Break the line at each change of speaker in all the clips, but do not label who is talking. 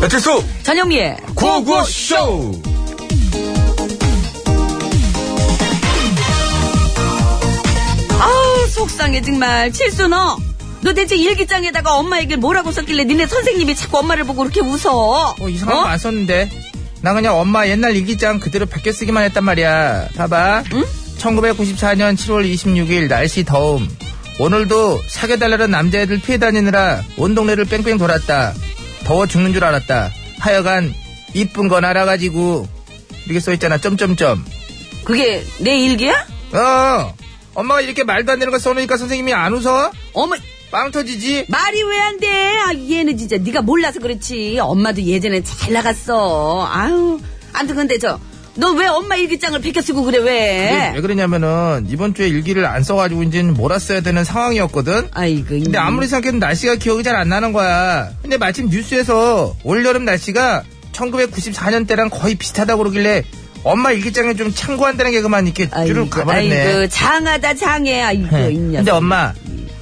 배칠수
전영미의
구호구호쇼
아우 속상해 정말 칠수 너. 너 대체 일기장에다가 엄마 얘기를 뭐라고 썼길래 니네 선생님이 자꾸 엄마를 보고 그렇게 웃어.
어, 이상한
어?
거 안 썼는데. 나 그냥 엄마 옛날 일기장 그대로 베껴 쓰기만 했단 말이야. 봐봐. 1994년 7월 26일 날씨 더움. 오늘도 사겨달라는 남자애들 피해 다니느라 온 동네를 뺑뺑 돌았다. 더워 죽는 줄 알았다. 하여간 이쁜 건 알아가지고 이렇게 써있잖아. 점점점.
그게 내 일기야?
어. 엄마가 이렇게 말도 안 되는 거 써놓으니까 선생님이 안 웃어?
어머
빵 터지지?
말이 왜 안 돼? 아, 얘는 진짜 네가 몰라서 그렇지. 엄마도 예전에 잘 나갔어. 아유. 아무튼 근데 저 너 왜 엄마 일기장을 베껴 쓰고 그래
이게 왜
왜?
그러냐면은 이번 주에 일기를 안 써가지고 이제는 몰았어야 되는 상황이었거든.
아이고. 이-
근데 아무리 생각해도 날씨가 기억이 잘 안 나는 거야. 근데 마침 뉴스에서 올여름 날씨가 1994년 때랑 거의 비슷하다고 그러길래 엄마 일기장에 좀 참고한다는 개그만 이렇게 줄을 가버렸네.
아이고 장하다 장해. 아이고
네.
이 녀석.
근데 엄마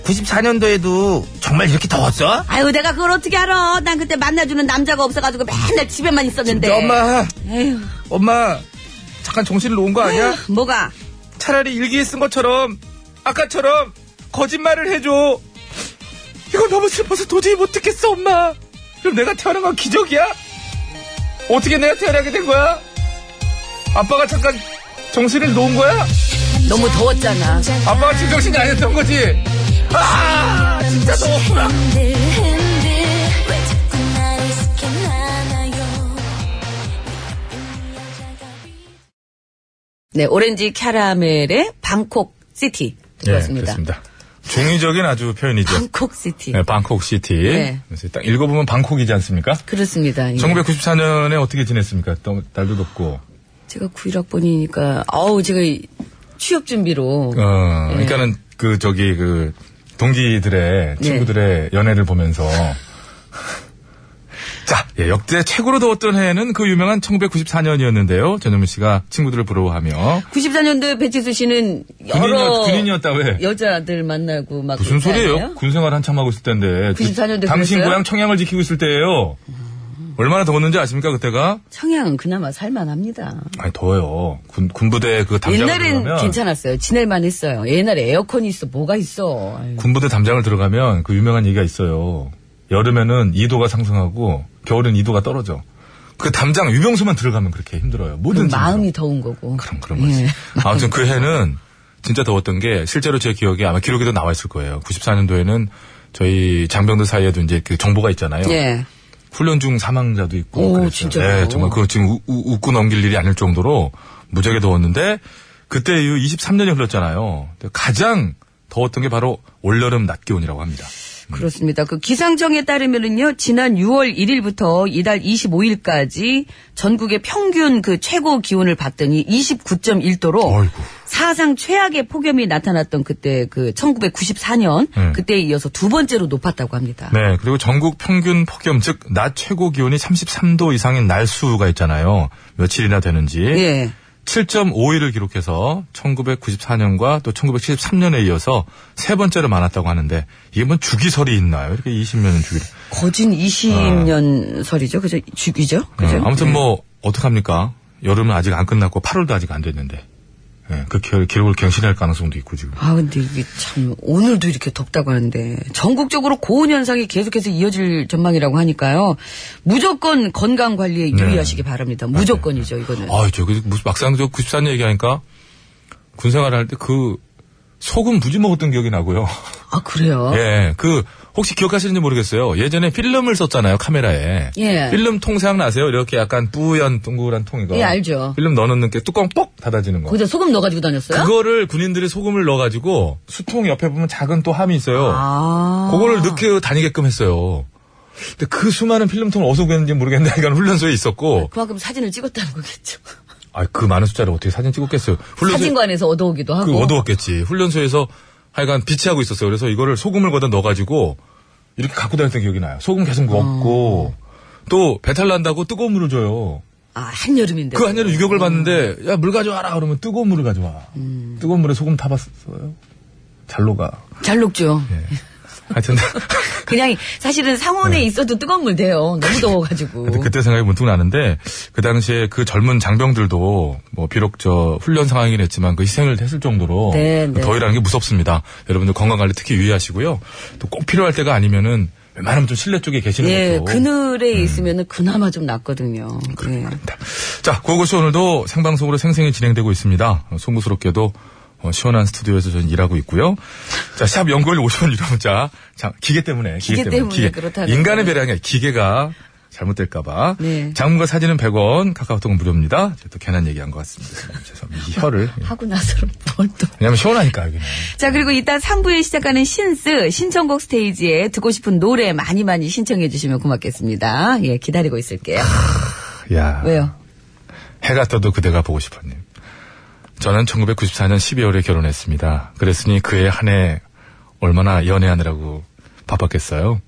94년도에도 정말 이렇게 더웠어?
아유 내가 그걸 어떻게 알아? 난 그때 만나주는 남자가 없어가지고 맨날 집에만 있었는데.
근데 엄마
네. 에휴.
엄마 잠깐 정신을 놓은 거 아니야?
뭐가?
차라리 일기에 쓴 것처럼 아까처럼 거짓말을 해줘. 이건 너무 슬퍼서 도저히 못 듣겠어 엄마. 그럼 내가 태어난 건 기적이야? 어떻게 내가 태어나게 된 거야? 아빠가 잠깐 정신을 놓은 거야?
너무 더웠잖아.
아빠가 진정신이 아니었던 거지? 아 진짜 더웠구나.
흔들 흔들 왜 자꾸 날 익숙해 나나요
네, 오렌지 캐러멜의 방콕 시티
네,
들었습니다.
중의적인 아주 표현이죠.
방콕 시티.
네, 방콕 시티.
네.
그래서 딱 읽어보면 방콕이지 않습니까?
그렇습니다. 예.
1994년에 어떻게 지냈습니까? 또 날도 덥고.
제가 91학번이니까 아우 제가 이- 취업 준비로
어,
예.
그러니까는 그 저기 그
네.
동기들의 친구들의 연애를 보면서 자 예, 역대 최고로 더웠던 해는 그 유명한 1994년이었는데요. 전현무 씨가 친구들을 부러워하며
94년도에 배치수 씨는 여러
군인이었, 군인이었다 왜?
여자들 만나고 막
무슨
그러지
소리예요?
않아요?
군생활 한참 하고 있을 때인데 그
94 년도
당신
그랬어요?
고향 청양을 지키고 있을 때예요. 얼마나 더웠는지 아십니까 그때가?
청양은 그나마 살만합니다.
아니 더워요. 군 군부대 그 담장
옛날엔 괜찮았어요. 지낼만 했어요. 옛날에 에어컨이 있어 뭐가 있어. 아유.
군부대 담장을 들어가면 그 유명한 얘기가 있어요. 여름에는 2도가 상승하고 겨울은 2도가 떨어져. 그 담장 유병수만 들어가면 그렇게 힘들어요.
그럼
뭐든지.
마음이 예. 더운 거고.
그런 그런 거지. 아무튼 그 해는 진짜 더웠던 게 실제로 제 기억에 아마 기록에도 나와 있을 거예요. 94년도에는 저희 장병들 사이에도 이제 그 정보가 있잖아요.
예.
훈련 중 사망자도 있고.
오,
그랬어요.
진짜요?
예, 정말 그거 지금 우- 우- 웃고 넘길 일이 아닐 정도로 무지하게 더웠는데 그때 이후 23년이 흘렀잖아요. 근데 가장 더웠던 게 바로 올여름 낮 기온이라고 합니다.
그렇습니다. 그 기상청에 따르면은요, 지난 6월 1일부터 이달 25일까지 전국의 평균 그 최고 기온을 봤더니 29.1도로
어이구.
사상 최악의 폭염이 나타났던 그때 그 1994년
음.
그때에 이어서 두 번째로 높았다고 합니다.
네, 그리고 전국 평균 폭염, 즉, 낮 최고 기온이 33도 이상인 날수가 있잖아요. 며칠이나 되는지.
예.
7.5일을 기록해서 1994년과 또 1973년에 이어서 세 번째로 많았다고 하는데, 이게 뭐 주기설이 있나요? 이렇게 20년은 주기를. 네,
거진 20년 설이죠. 그죠? 죽이죠. 네. 그죠?
어, 아무튼 뭐, 어떡합니까? 여름은 아직 안 끝났고, 8월도 아직 안 됐는데. 예, 그 기- 기록을 갱신할 가능성도 있고 지금.
아, 근데 이게 참, 오늘도 이렇게 덥다고 하는데, 전국적으로 고온 현상이 계속해서 이어질 전망이라고 하니까요. 무조건 건강 관리에
네.
유의하시기 바랍니다. 무조건이죠, 이거는.
아, 저기 무슨 막상 저 94년 얘기하니까 군 생활할 때 그 소금 무지 먹었던 기억이 나고요.
아, 그래요?
예, 그 혹시 기억하시는지 모르겠어요. 예전에 네, 필름을 썼잖아요 카메라에.
예.
필름 통 생각나세요? 이렇게 약간 뿌연 동그란 통 이거.
예, 알죠.
필름 넣어놓는 게 뚜껑 뻑 닫아지는 거.
거기다 소금 넣어가지고 다녔어요?
그거를 군인들이 소금을 넣어가지고 수통 옆에 보면 작은 또 함이 있어요.
아.
그거를 넣게 다니게끔 했어요. 근데 그 수많은 필름통을 어디서 구했는지 모르겠는데 이건 훈련소에 있었고
그만큼 사진을 찍었다는 거겠죠.
아, 그 많은 숫자를 어떻게 사진 찍었겠어요. 훈련소
사진관에서 얻어오기도 하고.
그 어두웠겠지. 훈련소에서 하여간 비치하고 있었어요. 그래서 이거를 소금을 걷어 넣어가지고 이렇게 갖고 다녔던 기억이 나요. 소금 계속
어.
먹고 또 배탈 난다고 뜨거운 물을 줘요.
아, 한여름인데.
그 한여름 유격을 받는데 야 물 가져와라 그러면 뜨거운 물을 가져와.
음.
뜨거운 물에 소금 타봤어요. 잘 녹아.
잘 녹죠.
예. 하여튼
그냥, 사실은 상온에 있어도 뜨거운 물 돼요. 너무 더워가지고.
근데 예. 그때 생각이 문득 나는데 그 당시에 그 젊은 장병들도 뭐 비록 저 훈련 상황이긴 했지만 그 희생을 했을 정도로
네, 네.
더위라는 게 무섭습니다. 여러분들 건강 관리 특히 유의하시고요. 또 꼭 필요할 때가 아니면은 웬만하면 좀 실내 쪽에 계시는
예,
것도
그늘에 있으면은 그나마 좀 낫거든요. 예.
음. 그렇습니다. 자, 고고쇼 오늘도 생방송으로 생생히 진행되고 있습니다. 어, 송구스럽게도 어, 시원한 스튜디오에서 저는 일하고 있고요. 자, 샵 연구일 50원 유료 문자. 자, 기계 때문에.
기계 때문에 그렇다는
인간의
거예요.
배량이 아니라 기계가 잘못될까봐.
네.
장문과 사진은 100원, 카카오톡은 무료입니다. 제가 또 괜한 얘기한 것 같습니다. 죄송합니다. 이 혀를.
하고 나서는 뭘 또.
왜냐면 시원하니까, 여기는.
자, 그리고 이따 3부에 시작하는 신스, 신청곡 스테이지에 듣고 싶은 노래 많이 많이 신청해주시면 고맙겠습니다. 예, 기다리고 있을게요.
야
왜요?
해가 떠도 그대가 보고 싶었님. 저는 1994년 12월에 결혼했습니다. 그랬으니 그해 한 해 얼마나 연애하느라고 바빴겠어요.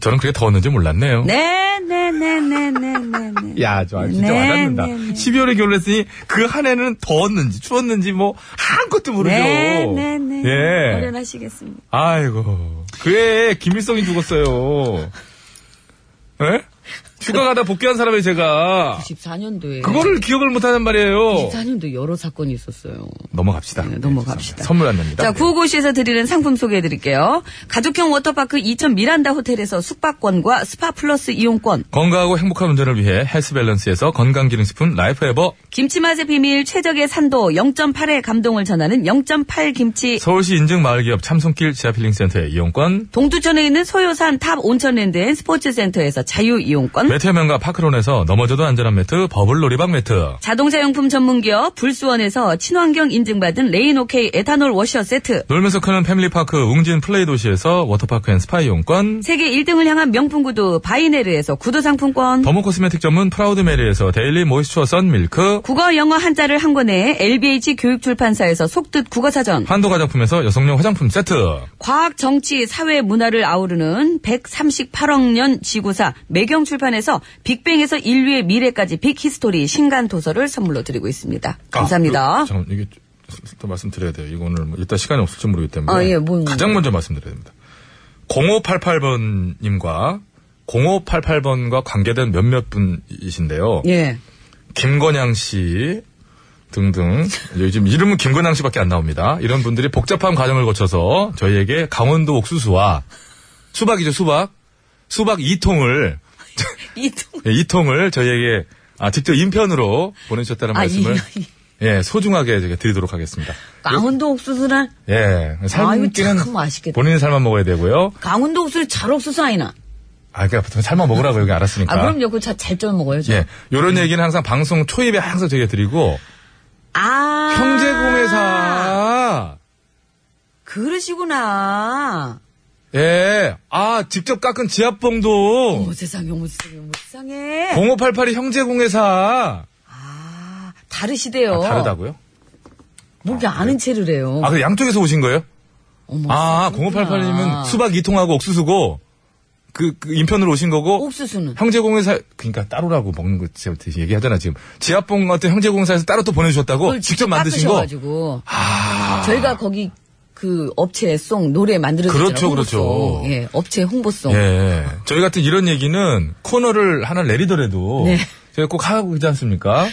저는 그게 더웠는지 몰랐네요.
네, 네, 네, 네, 네, 네. 네.
야, 저 진짜
네,
와닿는다.
네, 네.
12월에 결혼했으니 그 한 해는 더웠는지 추웠는지 뭐 아무것도 모르죠.
네, 네, 네.
예.
어련하시겠습니다.
아이고. 그해 김일성이 죽었어요. 예? 휴가 가다 복귀한 사람이 제가
94년도에.
그거를 기억을 못하는 말이에요.
94년도 여러 사건이 있었어요.
넘어갑니다.
네, 넘어갑시다.
네, 선물 안 냅니다.
자, 구호고시에서 드리는 상품 소개해 드릴게요. 가족형 워터파크 2000 미란다 호텔에서 숙박권과 스파 플러스 이용권,
건강하고 행복한 운전을 위해 헬스밸런스에서 건강기능식품 라이프에버
김치맛의 비밀 최적의 산도 0.8의 감동을 전하는 0.8 김치
서울시 인증 마을기업 참손길 지하필링센터의 이용권
동두천에 있는 소요산 탑 온천랜드 앤 스포츠센터에서 자유이용권
매트의 명가 파크론에서 넘어져도 안전한 매트 버블놀이방 매트
자동차용품 전문기업 불수원에서 친환경 인증받은 레인오케이 에탄올 워셔 세트
놀면서 크는 패밀리파크 웅진 플레이 도시에서 워터파크 앤 스파 이용권
세계 1등을 향한 명품 구두 바이네르에서 구두 상품권
더모 코스메틱 전문 프라우드 메리에서 데일리 모이스처 선 밀크
국어 영어 한자를 한 권에 LBH 교육출판사에서 속뜻 국어사전
한도 화장품에서 여성용 화장품 세트
과학 정치 사회 문화를 아우르는 138억 년 지구사 매경출판에서 빅뱅에서 인류의 미래까지 빅히스토리 신간 도서를 선물로 드리고 있습니다. 감사합니다.
아, 그, 잠깐 이게 또 말씀드려야 돼요. 이거는 뭐 일단 시간이 없을지 모르기 때문에
아, 예, 뭔-
가장 먼저 말씀드려야 됩니다. 0588번님과 0588번과 관계된 몇몇 분이신데요.
예.
김건양 씨 등등 요즘 이름은 김건양 씨밖에 안 나옵니다. 이런 분들이 복잡한 과정을 거쳐서 저희에게 강원도 옥수수와 수박이죠 수박 수박 2통을
이동.
예, 이 통을 저희에게 아, 직접 인편으로 보내주셨다는
아,
말씀을
이- 이-
예, 소중하게 제가 드리도록 하겠습니다.
강원도 옥수수란
예,
아,
삶기는
이거 참 맛있겠다.
본인이 삶아 먹어야 되고요.
강원도 옥수수 잘 옥수수 아니나.
아, 그러니까 보통 삶아 먹으라고 여기 알았으니까.
아 그럼요. 그거 잘쪄 먹어야죠.
예, 요런 얘기는 항상 방송 초입에 항상 저희가 드리고
아
형제공회사
그러시구나.
예, 아 직접 깎은 지압봉도
어머 세상에 어머 세상에 어머 세상에.
0588이 형제공회사
아 다르시대요.
아, 다르다고요?
목이 아는 채를 해요.
아, 그 양쪽에서 오신 거예요?
어머,
아,
그렇구나.
0588님은 수박 2통하고 옥수수고, 그, 그 인편으로 오신 거고,
옥수수는
형제공회사, 그니까 따로라고 먹는 거 제가 얘기하잖아, 지금. 지압봉 같은 형제공사에서 따로 또 보내주셨다고,
그걸
어, 직접 만드신 거. 아.
깎으셔가지고 저희가 거기 그 업체 송 노래 만들어
그렇죠, 그렇죠.
예, 업체 홍보송.
예. 저희 같은 이런 얘기는 코너를 하나 내리더라도,
네.
저희 꼭 하고 있지 않습니까?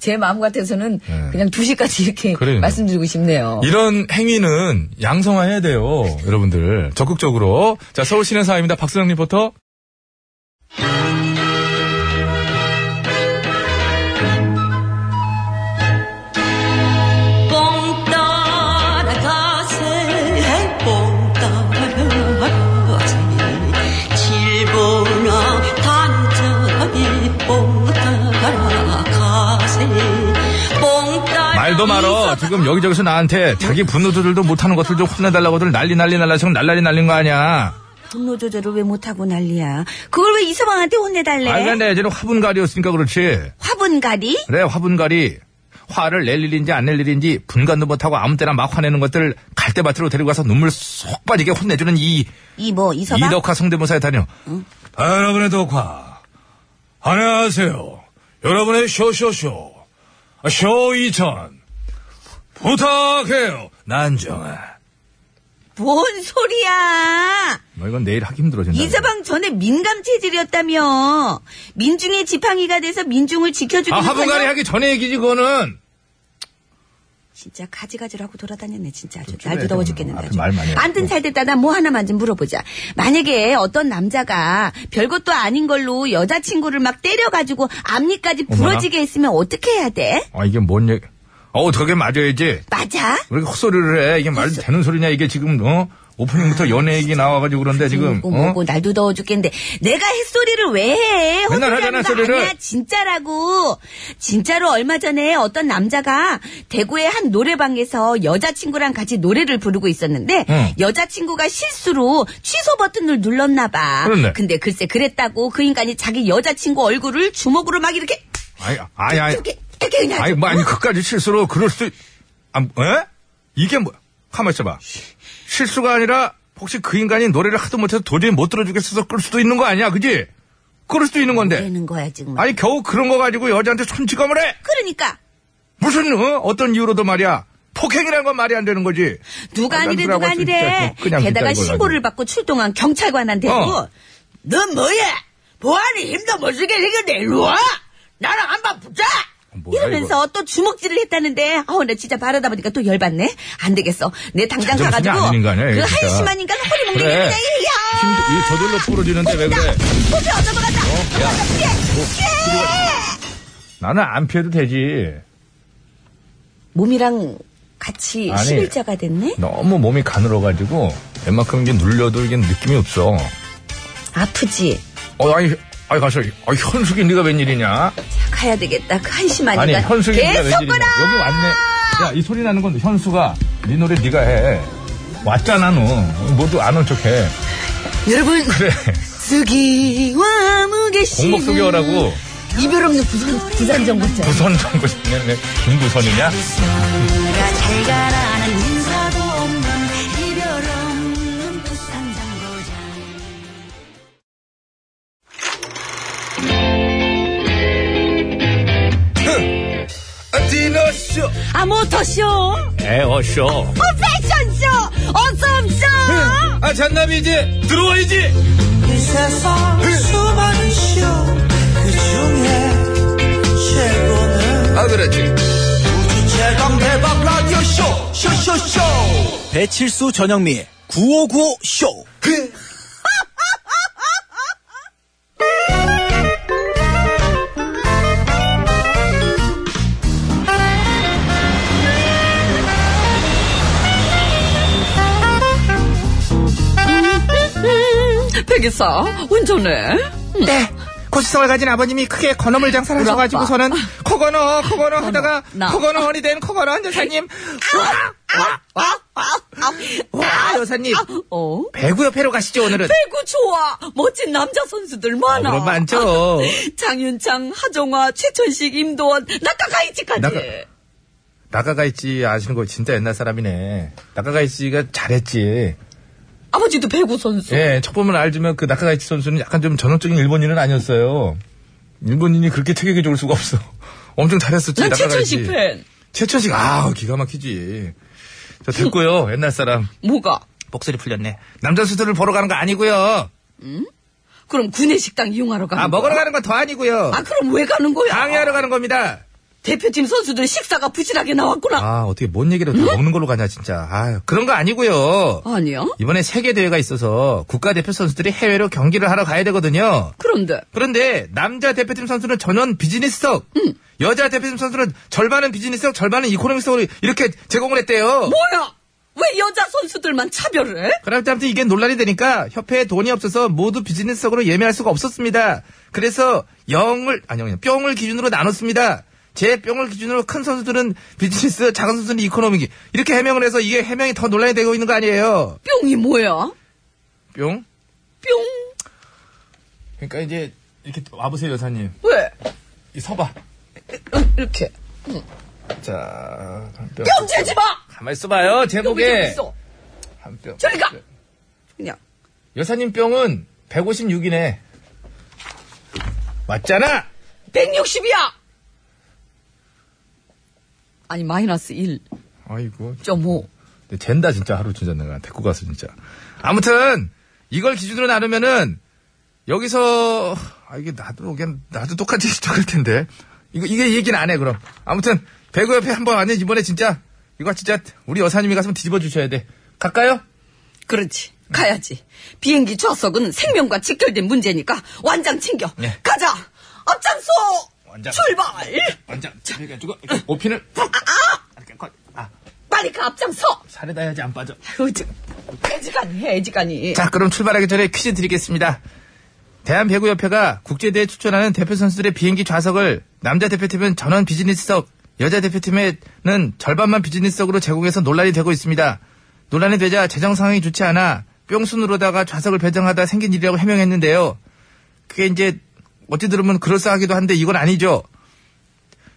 제 마음 같아서는
네.
예.
그냥 2시까지 이렇게
그래요.
말씀드리고 싶네요.
이런 행위는 양성화해야 돼요, 여러분들. 적극적으로. 자, 서울 시내 상황입니다. 박수영 리포터.
뽕 따라가세 뽕 따라가세 질보나 단점이 뽕 따라가세 뽕 따라
말도 말어. 지금 여기저기서 나한테 자기 분노 조절도 못하는 것들 좀 혼내달라고들 난리 난리 날라 지금 날라리 날린 거 아니야.
분노 조절을 왜 못하고 난리야. 그걸 왜 이서방한테 혼내달래?
아니, 근데 예전에 화분가리였으니까 그렇지.
화분가리?
그래, 화분가리. 화를 낼 일인지 안 낼 일인지 분간도 못하고 아무 때나 막 화내는 것들 갈대밭으로 데리고 가서 눈물 쏙 빠지게 혼내주는 이
이 뭐 이서방?
이덕화 성대모사에 다녀. 아, 여러분의 덕화. 안녕하세요. 여러분의 쇼쇼쇼. 쇼2 0 0 부탁해요. 난정아.
뭔 소리야?
뭐 이건 내일 하기 힘들어진다.
이서방 전에 민감 체질이었다며. 민중의 지팡이가 돼서 민중을 지켜주기
아, 화분가리 하기 전에 얘기지, 그거는.
진짜 가지가지로 하고 돌아다녔네 진짜 아주
줄여야
날도 더워
되는구나.
죽겠는데
앞에
아주
말만 해요.
안든 잘 됐다 나 뭐 하나만 좀 물어보자 만약에 어떤 남자가 별것도 아닌 걸로 여자친구를 막 때려가지고 앞니까지
어머나.
부러지게 했으면 어떻게 해야 돼?
아, 이게 뭔 얘기. 어우, 저게 맞아야지.
맞아?
왜 이렇게 헛소리를 해. 이게 말도 되는 소리냐, 이게 지금, 어? 오프닝부터 연애 얘기 나와가지고 그런데 지금,
뭐고
어?
뭐고 날도 더워 죽겠는데 내가 햇소리를 왜 해?
맨날
헛소리
하잖아,
하는 거
소리를.
아니야 진짜라고 진짜로 얼마 전에 어떤 남자가 대구의 한 노래방에서 여자친구랑 같이 노래를 부르고 있었는데
응.
여자친구가 실수로 취소 버튼을 눌렀나 봐
그렇네.
근데 글쎄 그랬다고 그 인간이 자기 여자친구 얼굴을 주먹으로 막 이렇게
아니, 아니, 아니.
이렇게 이렇게 그냥
아니, 뭐, 아니, 그까지 실수로 그럴 수, 있- 아, 에? 이게 뭐, 가만 있어봐. 실수가 아니라, 혹시 그 인간이 노래를 하도 못해서 도저히 못 들어주겠어서 끌 수도 있는 거 아니야, 그지? 그럴 수도 있는 건데.
되는 거야 지금
아니, 겨우 그런 거 가지고 여자한테 손찌검을 해!
그러니까
무슨, 어? 어떤 이유로도 말이야. 폭행이라는 건 말이 안 되는 거지.
누가
말도 안
아니래
되라고
누가
진짜
아니래
저 그냥
게다가
진짜 이걸
신고를
가지고.
받고 출동한 경찰관한테
어.
넌 뭐야 보안이 힘도 못 쓰게 생겼네 일로 와 나랑 한번 붙자
아, 뭐야,
이러면서 또 주먹질을 했다는데 어우 나 진짜 바라다 보니까 또 열받네 안 되겠어 내 당장
자존심이
가가지고
안 되는 거 아니야,
그
이거 진짜.
한심한 인간 허리 먹는 게
그래.
그냥 이야
힘도, 예. 이 저절로 부러지는데 왜 그래?
포피 얻어먹었다 예,
어. 나는 안 피해도 되지.
몸이랑 같이
아니.
11자가 됐네
너무 몸이 가늘어가지고, 웬만큼 이게 눌려도 이게 느낌이 없어.
아프지
어, 아니, 아니, 가서, 아 현숙이 네가 웬일이냐?
가야 되겠다 그 한심한
아니
인간
현숙이 네가
계속
웬일이냐
거라
여기 왔네 야 이 소리 나는 건 현수가 네 노래 네가 해 왔잖아 너 모두 안 온 척해 뭐.
여러분,
그래
쓰기와 무게씨.
공목 소개하라고
이별 없는 부산, 부산 정부장.
부선 정부 네, 김부선이냐
내가 잘 가라는 인사도 없는 이별 없는 부산 장고장
디너쇼
아 모터쇼
에어쇼
패션쇼 어썸쇼
아 잔나비 이제 들어와야지
이 세상
네.
수많은 쇼그 중에 최고는
아 그렇지
우주 최강 대박 라디오 쇼 쇼쇼쇼 배칠수 전영미 9595 쇼.
백이사, 운전해.
네. 고시성을 가진 아버님이 크게 건어물 장사를
우리
하셔가지고서는 코건어 코건어 하다가
나.
코건어 허니 된 코건어 한 여사님 아!
아,
와 여사님
어?
배구 협회로 가시죠 오늘은
배구 좋아. 멋진 남자 선수들 많아.
그럼 많죠
장윤창, 하정화, 최천식, 임도원, 나카카이치까지.
나카- 나가가이치 아시는 거 진짜 옛날 사람이네 나가가이치가 잘했지
아버지도 배구 선수.
예, 첫 보면 알지만 그 나카가이치 선수는 약간 좀 전형적인 일본인은 아니었어요 일본인이 그렇게 체격이 좋을 수가 없어 엄청 잘했었지
난
나카가이치.
최천식 팬.
최천식 아 기가 막히지 저 됐고요 옛날 사람
뭐가?
목소리 풀렸네
남자 수술을 보러 가는 거 아니고요.
그럼 구내식당 이용하러 가는
아 먹으러 가는 건 더 아니고요
아, 그럼 왜 가는 거야?
강의하러 가는 겁니다
대표팀 선수들 식사가 부실하게 나왔구나.
아, 어떻게 뭔 얘기를 다 먹는 걸로 가냐, 진짜. 아, 그런 거 아니고요.
아니야?
이번에 세계 대회가 있어서 국가대표 선수들이 해외로 경기를 하러 가야 되거든요.
그런데
그런데 남자 대표팀 선수는 전원 비즈니스석, 여자 대표팀 선수는 절반은 비즈니스석, 절반은 이코노미석으로 이렇게 제공을 했대요.
뭐야? 왜 여자 선수들만 차별을 해?
그럴 때 아무튼 이게 논란이 되니까 협회에 돈이 없어서 모두 비즈니스석으로 예매할 수가 없었습니다. 그래서 0을 아니 0이 뿅을 기준으로 나눴습니다. 제 뿅을 기준으로 큰 선수들은 비즈니스, 작은 선수는 이코노미 이렇게 해명을 해서 이게 해명이 더 논란이 되고 있는 거 아니에요?
뿅이 뭐야?
뿅?
뿅.
그러니까 이제 이렇게 와보세요 여사님.
왜? 어,
이 서봐.
이렇게.
자, 한 뼘.
뿅 재지 마!
가만 있어봐요.
여기 좀
제목에
있어.
한 뼘.
저리 가! 그냥.
여사님 뿅은 156이네. 맞잖아.
160이야! 아니, 마이너스 1.5.
아이고. 근데 잰다 진짜 하루 진짜 내가 데리고 가서 진짜.
아무튼 이걸 기준으로 나누면은 여기서 아 이게 나도 그냥 나도 똑같이 시작할 텐데 이거 이게 얘기는 안 해 그럼 아무튼 배구 옆에 한번 아니 이번에 진짜 이거 진짜 우리 여사님이 가서 뒤집어 주셔야 돼 갈까요?
그렇지. 가야지. 비행기 좌석은 생명과 직결된 문제니까 완장 챙겨.
네.
가자! 앞장서!
완장.
출발!
완전 해가지고 오핀을
빨리 가, 앞장서!
살에다 해야지 안 빠져.
아유, 저, 애지간히 해,
예.
애지간히.
자 그럼 출발하기 전에 퀴즈 드리겠습니다. 대한배구협회가 국제대회 추천하는 대표 선수들의 비행기 좌석을 남자 대표팀은 전원 비즈니스석, 여자 대표팀에는 절반만 비즈니스석으로 제공해서 논란이 되고 있습니다. 논란이 되자 재정 상황이 좋지 않아 뿅순으로다가 좌석을 배정하다 생긴 일이라고 해명했는데요. 그게 이제 어찌 들으면 그럴싸하기도 한데 이건 아니죠.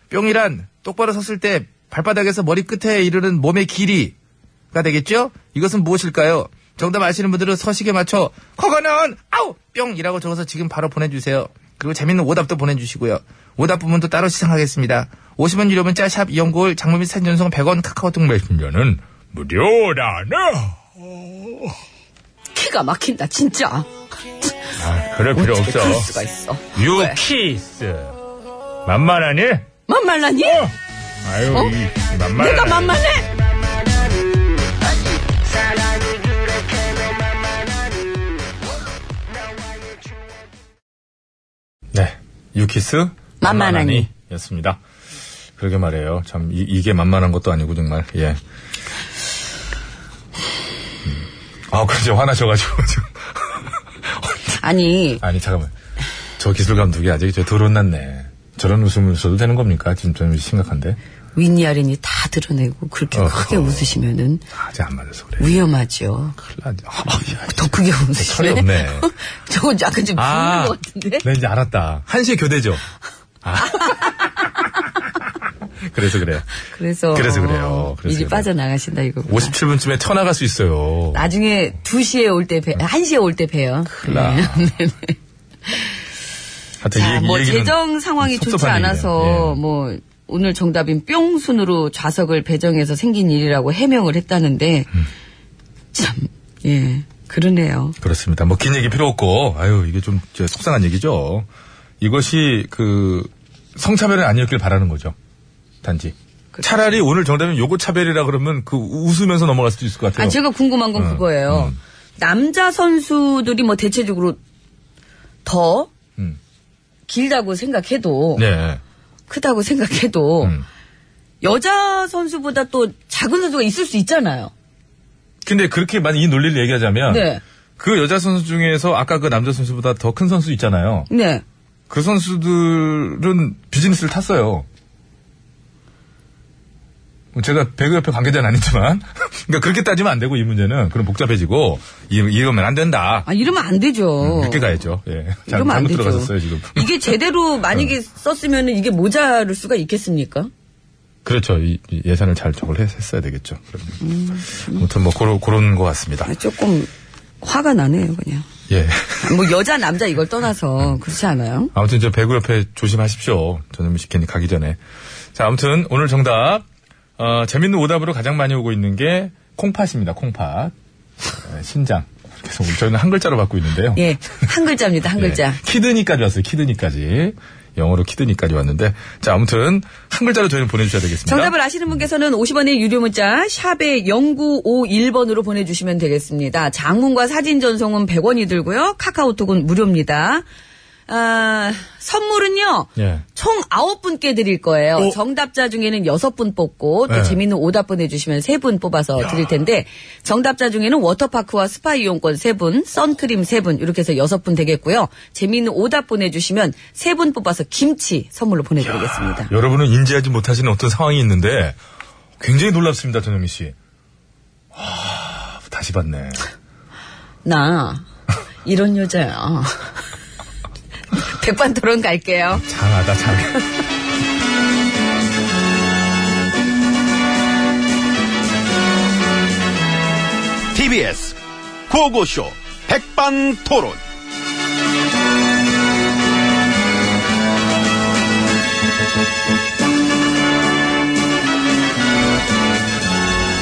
뿅이란 똑바로 섰을 때 발바닥에서 머리끝에 이르는 몸의 길이가 되겠죠? 이것은 무엇일까요? 정답 아시는 분들은 서식에 맞춰 그거는 아우 뿅이라고 적어서 지금 바로 보내주세요. 그리고 재밌는 오답도 보내주시고요. 오답 부분도 따로 시상하겠습니다. 50원 유료 문자 샵 연골 장문 및 사진 전송 100원 카카오톡 메신저는
무료라나.
키가 막힌다, 진짜.
아, 그럴 필요 없어.
그럴 수가 있어.
유키스. 만만하니?
만만하니?
아유,
어?
이 만만.
내가 만만해?
네. 유키스
만만하니.
였습니다. 그러게 말이에요. 참 이, 게 만만한 것도 아니고 정말 예. 음. 아 그러죠 화나셔가지고 지금.
아니,
아니 잠깐만 저 기술 감독이 아직 저 드러났네. 저런 웃음을 써도 되는 겁니까? 지금 좀 심각한데
윈니 아린이 다 드러내고 그렇게
어허.
크게 웃으시면은
아직 안 맞아서 그래.
위험하죠.
큰일 나지. 아, 야,
더 크게
철이
웃으시네.
없네.
저거 약간 좀
아.
웃는 것 같은데?
나 이제 알았다. 한시 교대죠. 아. 그래서 그래요.
그래서.
그래서
어,
그래요. 그래서
일이
그래요.
빠져나가신다 이거.
57분쯤에 쳐나갈 수 있어요.
나중에 2시에 올 때 뵈, 1시에 올 때 뵈요.
큰일 나. 하여튼
네, 자,
이, 얘기-
뭐
이 얘기는
재정 상황이 좋지
섭섭한
않아서
얘기네요. 예.
뭐 오늘 정답인 뿅 순으로 좌석을 배정해서 생긴 일이라고 해명을 했다는데
음.
참 예. 그러네요.
예. 그렇습니다. 뭐 긴 얘기 필요 없고 아유 이게 좀 저, 속상한 얘기죠. 이것이 그 성차별은 아니었길 바라는 거죠. 단지. 차라리 오늘 정답이면 요거 차별이라 그러면 그 웃으면서 넘어갈 수도 있을 것 같아요.
아 제가 궁금한 건
음,
그거예요.
음.
남자 선수들이 뭐 대체적으로 더
음.
길다고 생각해도
네.
크다고 생각해도
음.
여자 선수보다 또 작은 선수가 있을 수 있잖아요.
근데 그렇게 만약 이 논리를 얘기하자면
네.
그 여자 선수 중에서 아까 그 남자 선수보다 더 큰 선수 있잖아요.
네.
그 선수들은 비즈니스를 탔어요. 뭐 제가 배구협회 관계자는 아니지만, 그러니까 그렇게 따지면 안 되고 이 문제는 그럼 복잡해지고 이, 이러면 안 된다.
아 이러면 안 되죠.
늦게 가야죠. 예, 잘-
어. 이러면 안
잘못
되죠.
들어가셨어요 지금. 어.
이게 제대로 만약에 썼으면 이게 모자랄 수가 있겠습니까?
그렇죠. 이- 이 예산을 잘 적을 했- 했어야 되겠죠. 그럼요.
음.
아무튼 뭐 그런 그런 것 같습니다.
아, 조금 화가 나네요, 그냥.
예.
뭐 여자 남자 이걸 떠나서 그렇지 않아요?
아무튼 저 배구 옆에 조심하십시오. 저는 식혜니 가기 전에. 자, 아무튼 오늘 정답. 어, 재밌는 오답으로 가장 많이 오고 있는 게 콩팥입니다. 콩팥. 어, 신장. 그래서 저희는 한 글자로 받고 있는데요.
예. 한 글자입니다, 한 글자.
예, 키드니까지 왔어요. 키드니까지. 영어로 키드니까지 왔는데 자 아무튼 한 글자로 저희는 보내주셔야 되겠습니다.
정답을 아시는 분께서는 50원의 유료 문자 샵에 0951번으로 보내주시면 되겠습니다. 장문과 사진 전송은 100원이 들고요. 카카오톡은 무료입니다. 아, 선물은요.
예.
총 9분께 드릴 거예요.
오.
정답자 중에는 6분 뽑고 또
네.
재밌는 오답 보내주시면 3분 뽑아서 드릴 텐데 정답자 중에는 워터파크와 스파 이용권 3분, 선크림 3분 이렇게 해서 6분 되겠고요. 재밌는 오답 보내주시면 3분 뽑아서 김치 선물로 보내드리겠습니다.
여러분은 인지하지 못하시는 어떤 상황이 있는데 굉장히 놀랍습니다, 전현미 씨. 와, 다시 봤네.
나 이런 여자야. 백반 토론 갈게요.
장하다, 장해.
TBS 고고쇼 백반토론.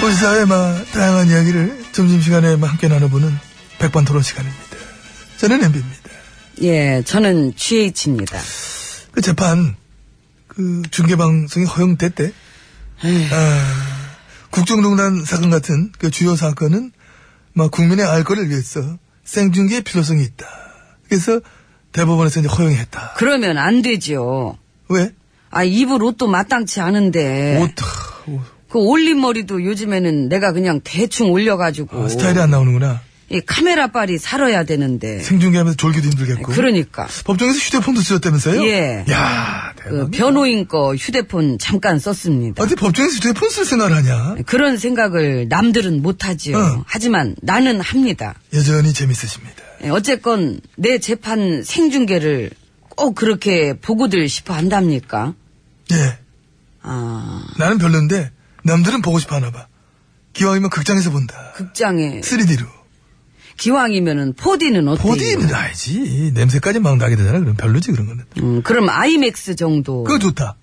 우리 사회마 다양한 이야기를 점심시간에 함께 나눠보는 백반토론 시간입니다. 저는 엠비입니다.
예, 저는 GH입니다.
그 재판 그 중계방송이 허용됐대. 아, 국정농단 사건 같은 그 주요 사건은 막 국민의 알 거를 위해서 생중계의 필요성이 있다. 그래서 대법원에서 이제 허용했다.
그러면 안 되죠.
왜?
아, 입을 옷도 마땅치 않은데.
옷, 옷,
그 올린 머리도 요즘에는 내가 그냥 대충 올려가지고.
아, 스타일이 안 나오는구나.
이 카메라 빨이 살아야 되는데.
생중계하면서 졸기도 힘들겠고.
그러니까.
법정에서 휴대폰도 쓰셨다면서요?
예.
야, 대박.
그 변호인 거 휴대폰 잠깐 썼습니다.
어디 법정에서 휴대폰 쓸 생활을 하냐?
그런 생각을 남들은 못하지요.
응.
하지만 나는 합니다.
여전히 재밌으십니다.
예, 어쨌건 내 재판 생중계를 꼭 그렇게 보고들 싶어 한답니까?
예.
아,
나는 별론데 남들은 보고 싶어 하나 봐. 기왕이면 극장에서 본다.
극장에
3D로.
기왕이면은 4D는 어때요?
4D는 알지. 냄새까지 막 나게 되잖아. 그럼 별로지 그런 거는.
음, 그럼 아이맥스 정도
그거 좋다.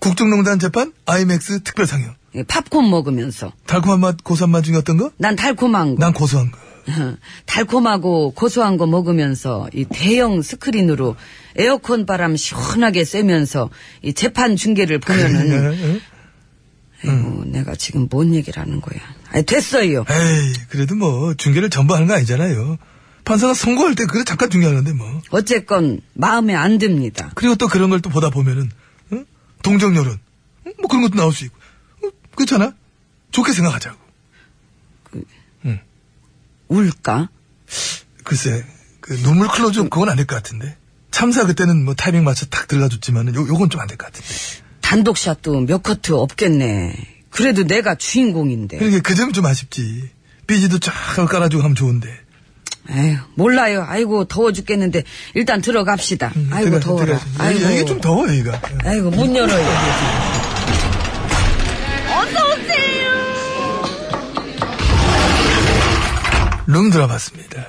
국정농단 재판 IMAX 특별 상영.
예, 팝콘 먹으면서
달콤한 맛, 고소한 맛 중에 어떤 거?
난 달콤한 거
난 고소한 거.
달콤하고 고소한 거 먹으면서 이 대형 스크린으로 에어컨 바람 시원하게 쐬면서 이 재판 중계를 보면은
응?
아이고, 내가 지금 뭔 얘기를 하는 거야? 아니, 됐어요.
에이, 그래도 뭐 중계를 전부 하는 거 아니잖아요. 판사가 선고할 때 그래 잠깐 중요하는데 뭐.
어쨌건 마음에 안 듭니다.
그리고 또 그런 걸 또 보다 보면은 응? 동정 여론 응? 뭐 그런 것도 나올 수 있고 응? 그렇잖아 좋게 생각하자고
울까?
글쎄 그 눈물 클로즈업 그건 안 될 것 같은데 참사 그때는 뭐 타이밍 맞춰 탁 들어가줬지만은 요 요건 좀 안 될 것 같은데
단독샷도 몇 커트 없겠네. 그래도 내가 주인공인데.
그러니까 그 점이 좀 아쉽지 삐지도 쫙 깔아주고 하면 좋은데
에휴, 몰라요. 아이고, 더워 죽겠는데. 일단 들어갑시다.
음,
아이고,
들어가-
더워라.
들어가지. 여기-
아이고,
여기 좀 음. 더워 여기가
아이고, 문 열어요.
룸 들어봤습니다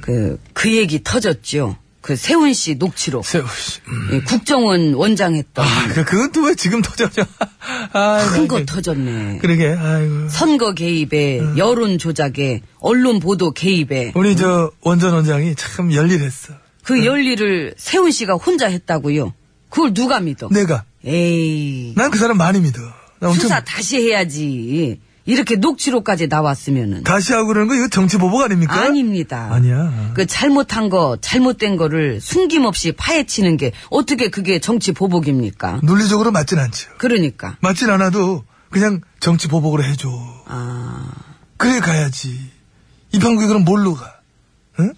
그, 그 얘기 터졌죠. 그 세훈 씨 녹취록.
세우 씨 음.
예, 국정원 원장 했던
아, 그, 그건 또 왜 지금 터져져 아,
큰 거
이게-
터졌네.
그러게 음. 아이고
선거 개입에, 여론 조작에, 언론 보도 개입에.
우리 저 원전 원장이 참 열일했어
그 열일을 세훈 씨가 혼자 했다고요. 그걸 누가 믿어?
내가
에이.
난 그 사람 많이 믿어. 나 엄청
수사 다시 해야지. 이렇게 녹취록까지 나왔으면은.
다시 하고 그러는 거 이거 정치 보복 아닙니까?
아닙니다.
아니야.
그 잘못한 거, 잘못된 거를 숨김없이 파헤치는 게 어떻게 그게 정치 보복입니까?
논리적으로 맞진 않죠.
그러니까.
맞진 않아도 그냥 정치 보복으로 해줘.
아,
그래 가야지. 이 방국이 그럼 뭘로 가? 응?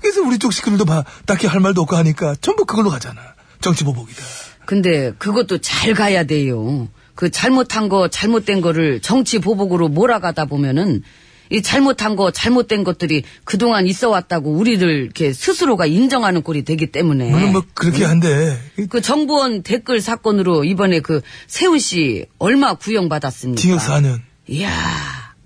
그래서 우리 쪽 시끄러도 봐. 딱히 할 말도 없고 하니까 전부 그걸로 가잖아. 정치 보복이다.
근데 그것도 잘 가야 돼요. 그 잘못한 거, 잘못된 거를 정치 보복으로 몰아가다 보면은 이 잘못한 거, 잘못된 것들이 그동안 있어 왔다고 우리를 이렇게 스스로가 인정하는 꼴이 되기 때문에.
물론 뭐 그렇게 한데
그 정부원 댓글 사건으로 이번에 그 세훈 씨 얼마 구형 받았습니까? 아.
징역 4년
이야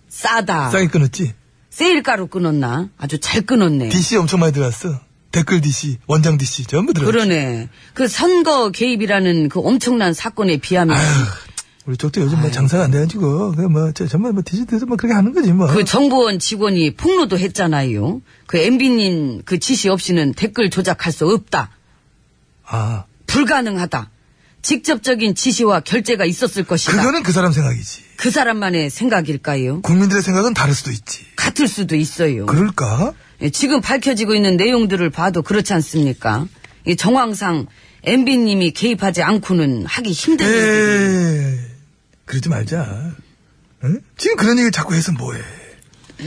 싸다.
싸게 끊었지.
세일가로 끊었나? 아주 잘 끊었네.
DC 엄청 많이 들어왔어. 댓글 DC, 원장 DC 전부 들어.
그러네. 그 선거 개입이라는 그 엄청난 사건에 비하면
우리 쪽도 요즘 뭐 장사가 안 돼가지고 그뭐 정말 뭐 디지털에서 뭐 그렇게 하는 거지 뭐.
그 정보원 직원이 폭로도 했잖아요. 그 MB님 그 지시 없이는 댓글 조작할 수 없다.
아
불가능하다. 직접적인 지시와 결제가 있었을 것이다.
그거는 그 사람 생각이지.
그 사람만의 생각일까요?
국민들의 생각은 다를 수도 있지.
같을 수도 있어요.
그럴까?
예, 지금 밝혀지고 있는 내용들을 봐도 그렇지 않습니까? 이 정황상 MB님이 개입하지 않고는 하기 힘든
네.
일들이
에이, 예. 그러지 말자. 응? 지금 그런 얘기 자꾸 해서 뭐해?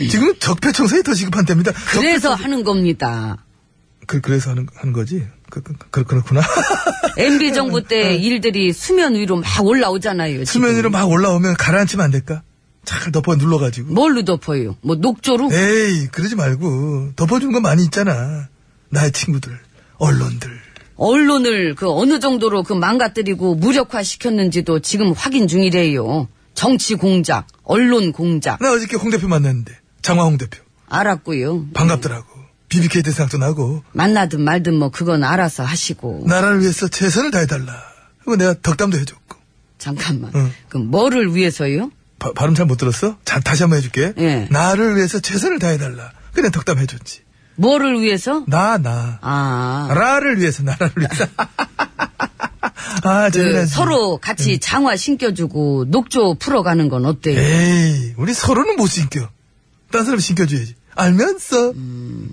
지금은 적폐청산이 더 시급한 때입니다. 적-
그래서 하는 겁니다.
그, 그래서 하는, 하는 거지. 그, 그, 그, 그렇구나.
MB 정부 때 일들이 수면 위로 막 올라오잖아요. 지금.
네. 수면 위로 막 올라오면 가라앉히면 안 될까? 잘 덮어 눌러가지고.
뭘로 덮어요? 뭐 녹조로?
네. 에이, 그러지 말고. 덮어주는 거 많이 있잖아. 나의 친구들, 언론들.
언론을 그 어느 정도로 그 망가뜨리고 무력화 시켰는지도 지금 확인 중이래요. 정치 공작, 언론 공작
나 어저께 홍 대표 만났는데. 장화홍 대표.
알았고요.
반갑더라고. BBK 대상도 나고.
만나든 말든 뭐 그건 알아서 하시고
나라를 위해서 최선을 다해달라. 그리고 내가 덕담도 해줬고.
잠깐만.
응.
그럼 뭐를 위해서요?
바- 발음 잘 못 들었어? 자, 다시 한번 해줄게.
예.
나를 위해서 최선을 다해달라. 그냥 덕담 해줬지.
뭐를 위해서?
나, 나.
아.
나라를 위해서, 나라를 위해서. 아,
그
재미나지.
서로
음.
같이 장화 신겨주고 녹조 풀어가는 건 어때요?
예. 에이, 우리 서로는 못 신겨. 딴 사람 신겨줘야지. 알면서.
음.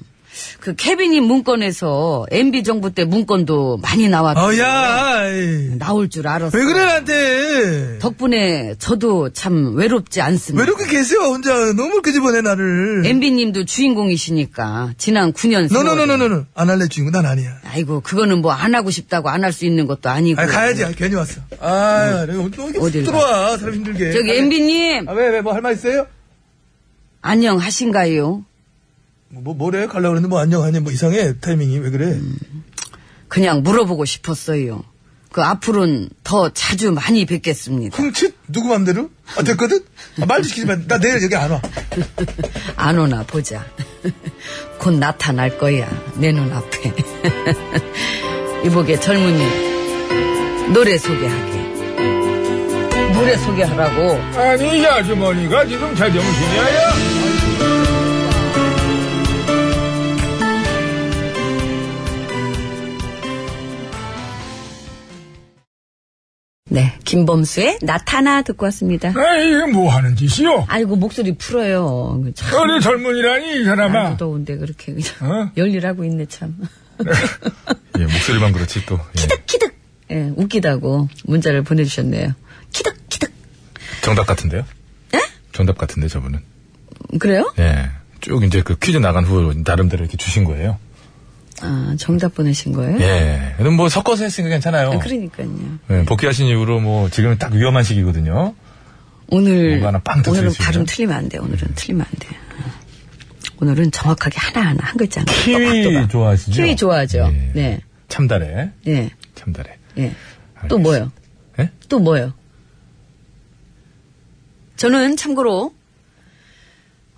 그 케빈이 문건에서 MB 정부 때 문건도 많이 나왔고
어, 야, 에이.
나올 줄 알았어요.
왜 그래, 나한테.
덕분에 저도 참 외롭지 않습니다.
왜 이렇게 계세요, 혼자. 너무 끄집어내, 나를.
MB님도 주인공이시니까 지난 9년 세월.
노노노노노. 안 할래, 주인공. 난 아니야.
아이고 그거는 뭐 안 하고 싶다고 안 할 수 있는 것도 아니고.
아, 가야지. 아, 괜히 왔어. 아, 내가 오늘 또 이렇게 훅
음. 어딜 가?
들어와. 사람 힘들게.
저기
아,
MB님
아, 왜, 왜, 뭐 할 말 있어요?
안녕하신가요?
뭐, 뭐, 뭐래? 갈라 그랬는데 뭐 안녕하냐? 뭐 이상해. 타이밍이 왜 그래?
그냥 물어보고 싶었어요. 그 앞으로는 더 자주 많이 뵙겠습니다.
훔칫? 누구 맘대로? 아, 됐거든? 아, 말 시키지 마. 나 내일 여기 안 와.
안 오나 보자. 곧 나타날 거야 내 눈앞에. 이보게 젊은이 노래 소개하게. 노래 소개하라고.
아니, 이 아주머니가 지금 제정신이야.
네, 김범수의 나타나 듣고 왔습니다.
에이, 이게 뭐 하는 짓이요?
아이고 목소리 풀어요. 참
어느 젊은이라니, 이 사람아.
날도 더운데 그렇게
어?
그냥 열일하고 있네 참.
예, 목소리만 그렇지 또. 예.
키득. 예, 웃기다고 문자를 보내주셨네요. 키득 키득.
정답 같은데요?
예?
정답 같은데 저분은.
그래요?
예. 쭉 이제 그 퀴즈 나간 후 나름대로 이렇게 주신 거예요.
아, 정답 보내신 거예요?
예. 그럼 뭐 섞어서 했으니까 괜찮아요.
아, 그러니까요.
예, 복귀하신 이후로 뭐 지금 딱 위험한 시기거든요.
오늘
뭔가 하나 빵
오늘은
터뜨리시죠.
발음 틀리면 안 돼. 오늘은 틀리면 안 돼. 오늘은 정확하게 하나 하나 한 글자 한 글자.
키위
또박또박.
좋아하시죠?
키위 좋아하죠.
예.
네,
참다래.
예,
참다래.
예. 또 뭐요?
예?
또 뭐요? 저는 참고로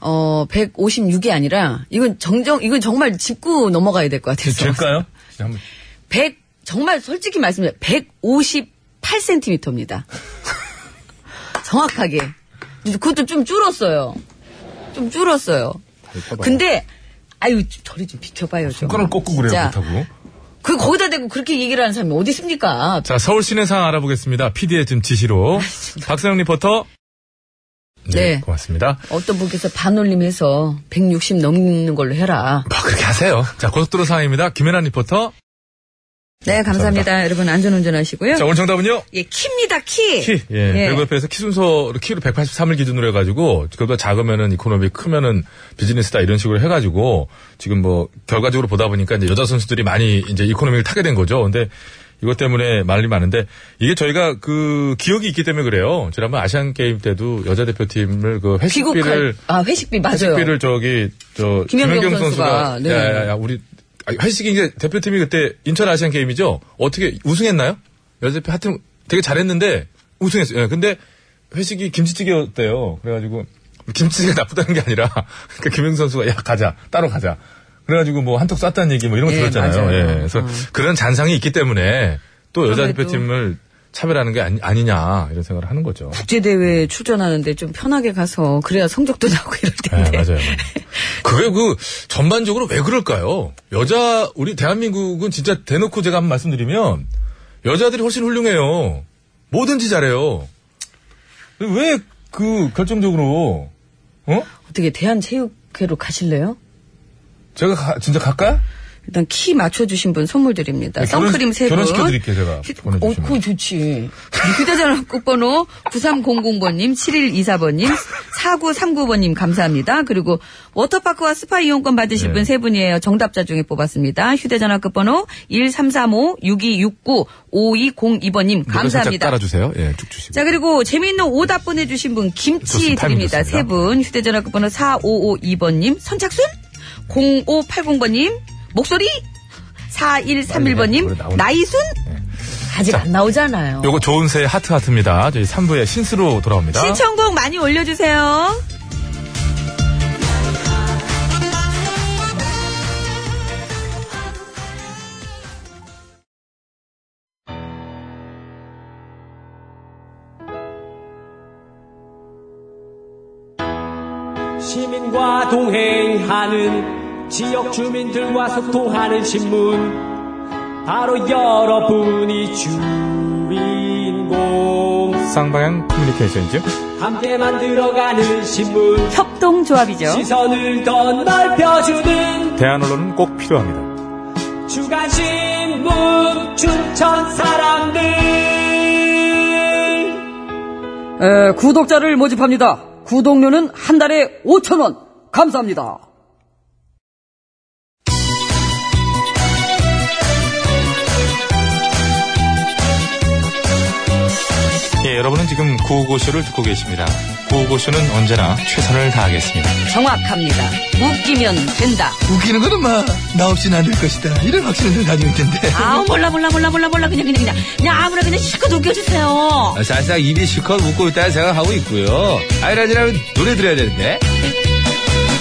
어 156이 아니라 이건 정정 이건 정말 짚고 넘어가야 될 것 같아서.
될까요? 진짜 한번
100 정말 솔직히 말씀드려 158cm입니다. 정확하게 그것도 좀 줄었어요. 좀 줄었어요.
펴봐요.
근데 아유 좀 저리 좀 비켜봐요. 좀.
손가락을 꺾고 그래요,
진짜.
못하고.
그 거기다 대고 그렇게 얘기를 하는 사람이 어디 있습니까?
자, 서울 시내 상황 알아보겠습니다. PD의 지금 지시로. 박서영 리포터.
네.
고맙습니다.
어떤 분께서 반올림해서 160 넘는 걸로 해라.
뭐 그렇게 하세요. 자, 고속도로 상황입니다. 김연아 리포터.
네 감사합니다. 여러분 안전운전 하시고요.
자, 오늘 정답은요?
예 키입니다 키.
키. 예.
예.
별거 옆에서 키 순서로 키로 183을 기준으로 해가지고 그보다 작으면은 이코노미 크면은 비즈니스다 이런 식으로 해가지고 지금 뭐 결과적으로 보다 보니까 이제 여자 선수들이 많이 이제 이코노미를 타게 된 거죠. 근데 이것 때문에 말이 많은데 이게 저희가 그 기억이 있기 때문에 그래요. 지난번 아시안 게임 때도 여자 대표팀을 그
귀국할
회식비를
아 회식비 맞아요.
회식비를 저기 저
김연경
김연경,
선수가,
선수가,
네.
야야야 우리 아니, 회식이 이제 대표팀이 그때 인천 아시안 게임이죠 어떻게 우승했나요? 여자대표 하여튼 되게 잘했는데 우승했어요. 예, 근데 회식이 김치찌개였대요. 그래가지고 김치찌개 나쁘다는 게 아니라 그러니까 김연경 선수가 야 가자 따로 가자. 그래가지고 뭐 한턱 쐈다는 얘기 뭐 이런 거
예,
들었잖아요.
맞아요.
예, 그래서 그런 잔상이 있기 때문에 또 여자
아무래도.
대표팀을 참여라는 게 아니, 냐 이런 생각을 하는 거죠.
국제대회에 출전하는데 좀 편하게 가서 그래야 성적도 나고 이럴
네,
텐데.
맞아요. 그게 그 전반적으로 왜 그럴까요? 여자 우리 대한민국은 진짜 대놓고 제가 한번 말씀드리면 여자들이 훨씬 훌륭해요. 뭐든지 잘해요. 왜 그 결정적으로 어?
어떻게 대한체육회로 가실래요?
제가 가- 진짜 갈까요?
일단 키 맞춰주신 분 선물 드립니다.
네, 결혼-
선크림 세 분.
결혼시켜드릴게요, 제가.
키- 어,
보내주시면.
그거 좋지. 휴대전화 끝번호 9300번님, 7124번님, 4939번님 감사합니다. 그리고 워터파크와 스파 이용권 받으실
네.
분 세 분이에요. 정답자 중에 뽑았습니다. 휴대전화 끝번호 1335-6269-5202번님
노래 살짝
감사합니다.
따라주세요. 예, 쭉 주시고.
자, 그리고 재미있는 오답 보내주신 분, 김치
좋습니다. 타이밍
드립니다.
좋습니다.
세 분, 휴대전화 번호 4552번님, 선착순, 0580번님, 목소리, 4131번님,
노래 나오네.
나이순,
아직 안 나오잖아요.
요거 좋은 새의 하트 하트입니다. 저희 3부에 신스로 돌아옵니다.
신청곡 많이 올려주세요.
시민과 동행하는 지역 주민들과 소통하는 신문 바로 여러분이 주인공
쌍방향 커뮤니케이션이죠.
함께 만들어가는 신문
협동조합이죠.
시선을 더 넓혀주는
대한 언론은 꼭 필요합니다.
주간신문 춘천 사람들
네, 구독자를 모집합니다. 구독료는 한 달에 5천원. 감사합니다.
예, 여러분은 지금 구호고쇼를 듣고 계십니다. 구호고쇼는 언제나 최선을 다하겠습니다.
정확합니다. 웃기면 된다.
웃기는 거는 막 나 없이는 안 될 것이다. 이런 확신을 가지고 있던데.
아 몰라 몰라 몰라 몰라 몰라 그냥 그냥 그냥 그냥 아무나 그냥 실컷 웃겨주세요.
아, 살짝 입이 실컷 웃고 있다는 생각하고 있고요. 아이라지라면 노래 들어야 되는데.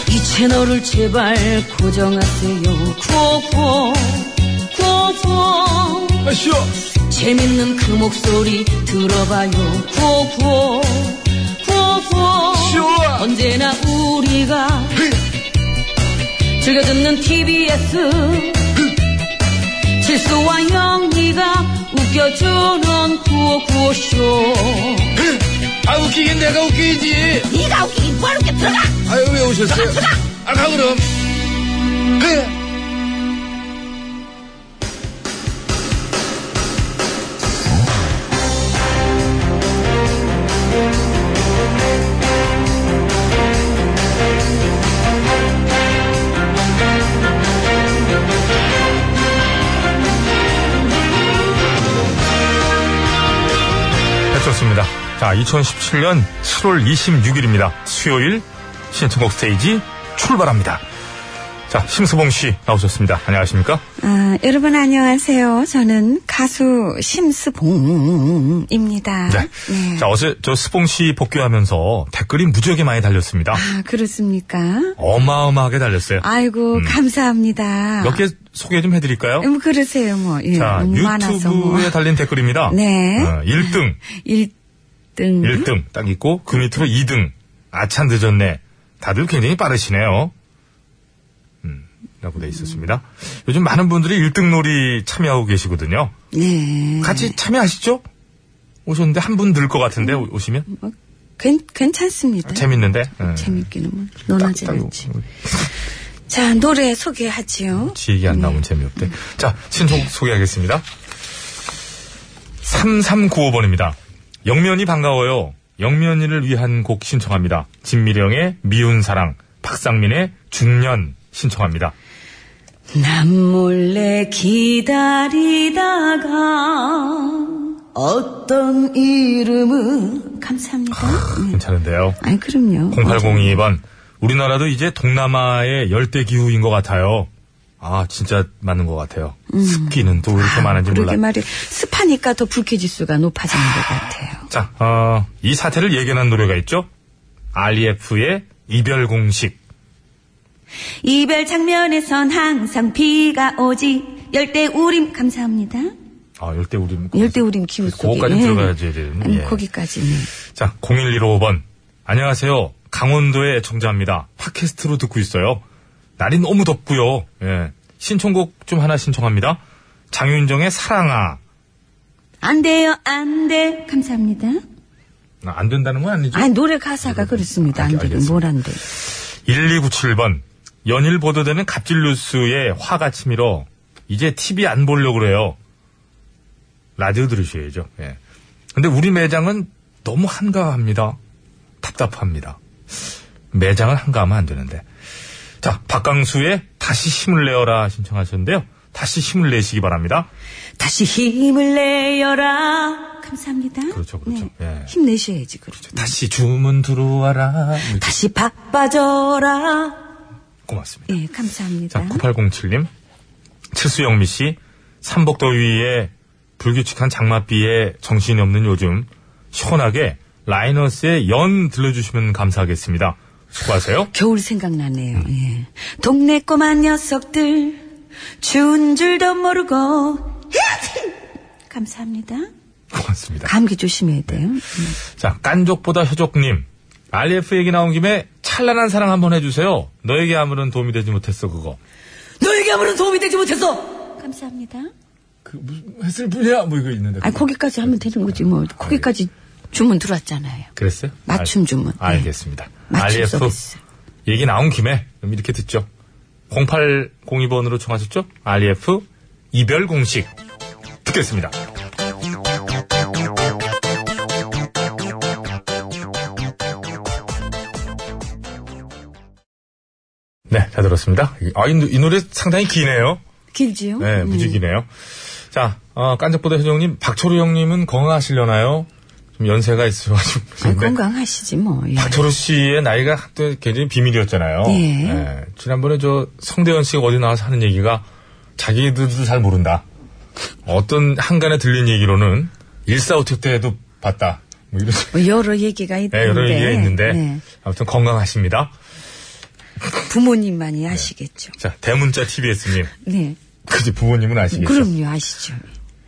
이 채널을 제발 고정하세요. 구호구호 구호구호
아, 쉬어.
재밌는 그 목소리 들어봐요. 구호구호 구호구호 언제나 우리가 즐겨 듣는 TBS 실수와 영리가 웃겨주는 구호구호쇼
아, 웃기긴 내가 웃기지.
네가 웃기긴 뭘 웃겨 들어가
아유, 왜 오셨어요? 아, 가, 그럼. 그
네, 좋습니다. 자, 2017년 7월 26일입니다. 수요일 신청곡 스테이지 출발합니다. 자, 심수봉 씨 나오셨습니다. 안녕하십니까?
아, 여러분 안녕하세요. 저는 가수 심스봉입니다.
네. 자, 어제 저 스봉 씨 복귀하면서 댓글이 무지하게 많이 달렸습니다.
아, 그렇습니까?
어마어마하게 달렸어요.
아이고,
음.
감사합니다.
몇 개 소개 좀 해드릴까요?
음, 그러세요, 뭐. 예,
자,
너무 많아서 뭐.
유튜브에 달린 댓글입니다.
네.
어, 1등,
1등.
1등 딱 있고, 그 밑으로 2등. 아참 늦었네. 다들 굉장히 빠르시네요. 음, 라고 돼 있었습니다. 요즘 많은 분들이 1등 놀이 참여하고 계시거든요.
네.
같이 참여하시죠? 오셨는데 한 분 늘 것 같은데 오- 오시면
괜, 괜찮습니다.
재밌는데 예.
재밌기는 뭐, 논하지
딱
않지. 자, 노래 소개하지요.
지 얘기 안 나오면 재미없대. 자, 신청 소개하겠습니다. 3395번입니다. 영면이 반가워요. 영면이를 위한 곡 신청합니다. 진미령의 미운 사랑, 박상민의 중년 신청합니다.
남 몰래 기다리다가 어떤 이름은 감사합니다. 네.
아, 괜찮은데요.
아니 그럼요.
0802번. 우리나라도 이제 동남아의 열대 기후인 것 같아요. 아, 진짜 맞는 것 같아요. 습기는 또 왜 이렇게 많은지
음. 아, 그러게
몰라.
말이 습하니까 더 불쾌지수가 높아지는 것 같아요.
자, 어, 이 사태를 예견한 노래가 있죠? REF의 이별 공식.
이별 장면에선 항상 비가 오지 열대 우림 감사합니다.
아, 열대 우림.
열대 우림 기후 속에.
그거까지
예.
들어가야지. 이름.
아니,
예.
거기까지는.
자, 0115번. 안녕하세요. 강원도의 청자입니다. 팟캐스트로 듣고 있어요. 날이 너무 덥고요. 예. 신청곡 좀 하나 신청합니다. 장윤정의 사랑아.
안 돼요, 안 돼. 감사합니다.
아, 안 된다는 건 아니죠?
아니, 노래 가사가 그렇습니다. 안
음.
되긴
아, 알겠습니다.
뭘안 돼.
1297번. 연일 보도되는 갑질 뉴스에 화가 치밀어 이제 TV 안 보려고 그래요. 라디오 들으셔야죠. 예. 근데 우리 매장은 너무 한가합니다. 답답합니다. 매장은 한가하면 안 되는데. 자, 박강수의 다시 힘을 내어라 신청하셨는데요. 다시 힘을 내시기 바랍니다.
다시 힘을 내어라. 감사합니다. 네.
그렇죠, 네. 그렇죠. 예.
힘내셔야지, 그렇죠.
다시 주문 들어와라.
다시 바빠져라.
고맙습니다.
예,
네.
감사합니다.
9807님, 칠수영미 씨, 삼복더위에 불규칙한 장맛비에 정신이 없는 요즘, 시원하게 라이너스의 연 들려주시면 감사하겠습니다. 수고하세요.
겨울 생각나네요.
음.
예. 동네 꼬마 녀석들 추운 줄도 모르고 감사합니다.
고맙습니다.
감기 조심해야 돼요.
자, 깐족보다 효족님, RF 얘기 나온 김에 찬란한 사랑 한번 해주세요. 너에게 아무런 도움이 되지 못했어, 그거.
너에게 아무런 도움이 되지 못했어. 감사합니다.
했을 뿐이야, 뭐 이거 있는데.
아 거기까지 하면 되는 거지 뭐
아,
거기까지 주문 들어왔잖아요.
그랬어요?
맞춤 주문.
예.
예.
알겠습니다.
맞춤
RF
서비스.
얘기 나온 김에 그럼 이렇게 듣죠. 0802번으로 청하셨죠? RF 이별 공식 듣겠습니다. 네, 잘 들었습니다. 아, 이, 노- 이 노래 상당히 기네요.
길지요?
네, 무지 기네요. 자, 어, 깐적보다 회장님, 박초루 형님은 건강하시려나요? 좀 연세가 있으셔가지고.
아,
그러신데.
건강하시지 뭐. 예.
박철우 씨의 나이가 한때 굉장히 비밀이었잖아요.
예.
네. 지난번에 저 성대현 씨가 어디 나와서 하는 얘기가 자기들도 잘 모른다. 어떤 한간에 들린 얘기로는 일사오택 때에도 봤다. 뭐 이런
뭐 여러 얘기가 있는데.
예, 여러 얘기가 있는데
네.
아무튼 건강하십니다. 네.
부모님만이 아시겠죠.
자 대문자 TBS님,
네.
그지 부모님은 아시겠죠.
그럼요, 아시죠.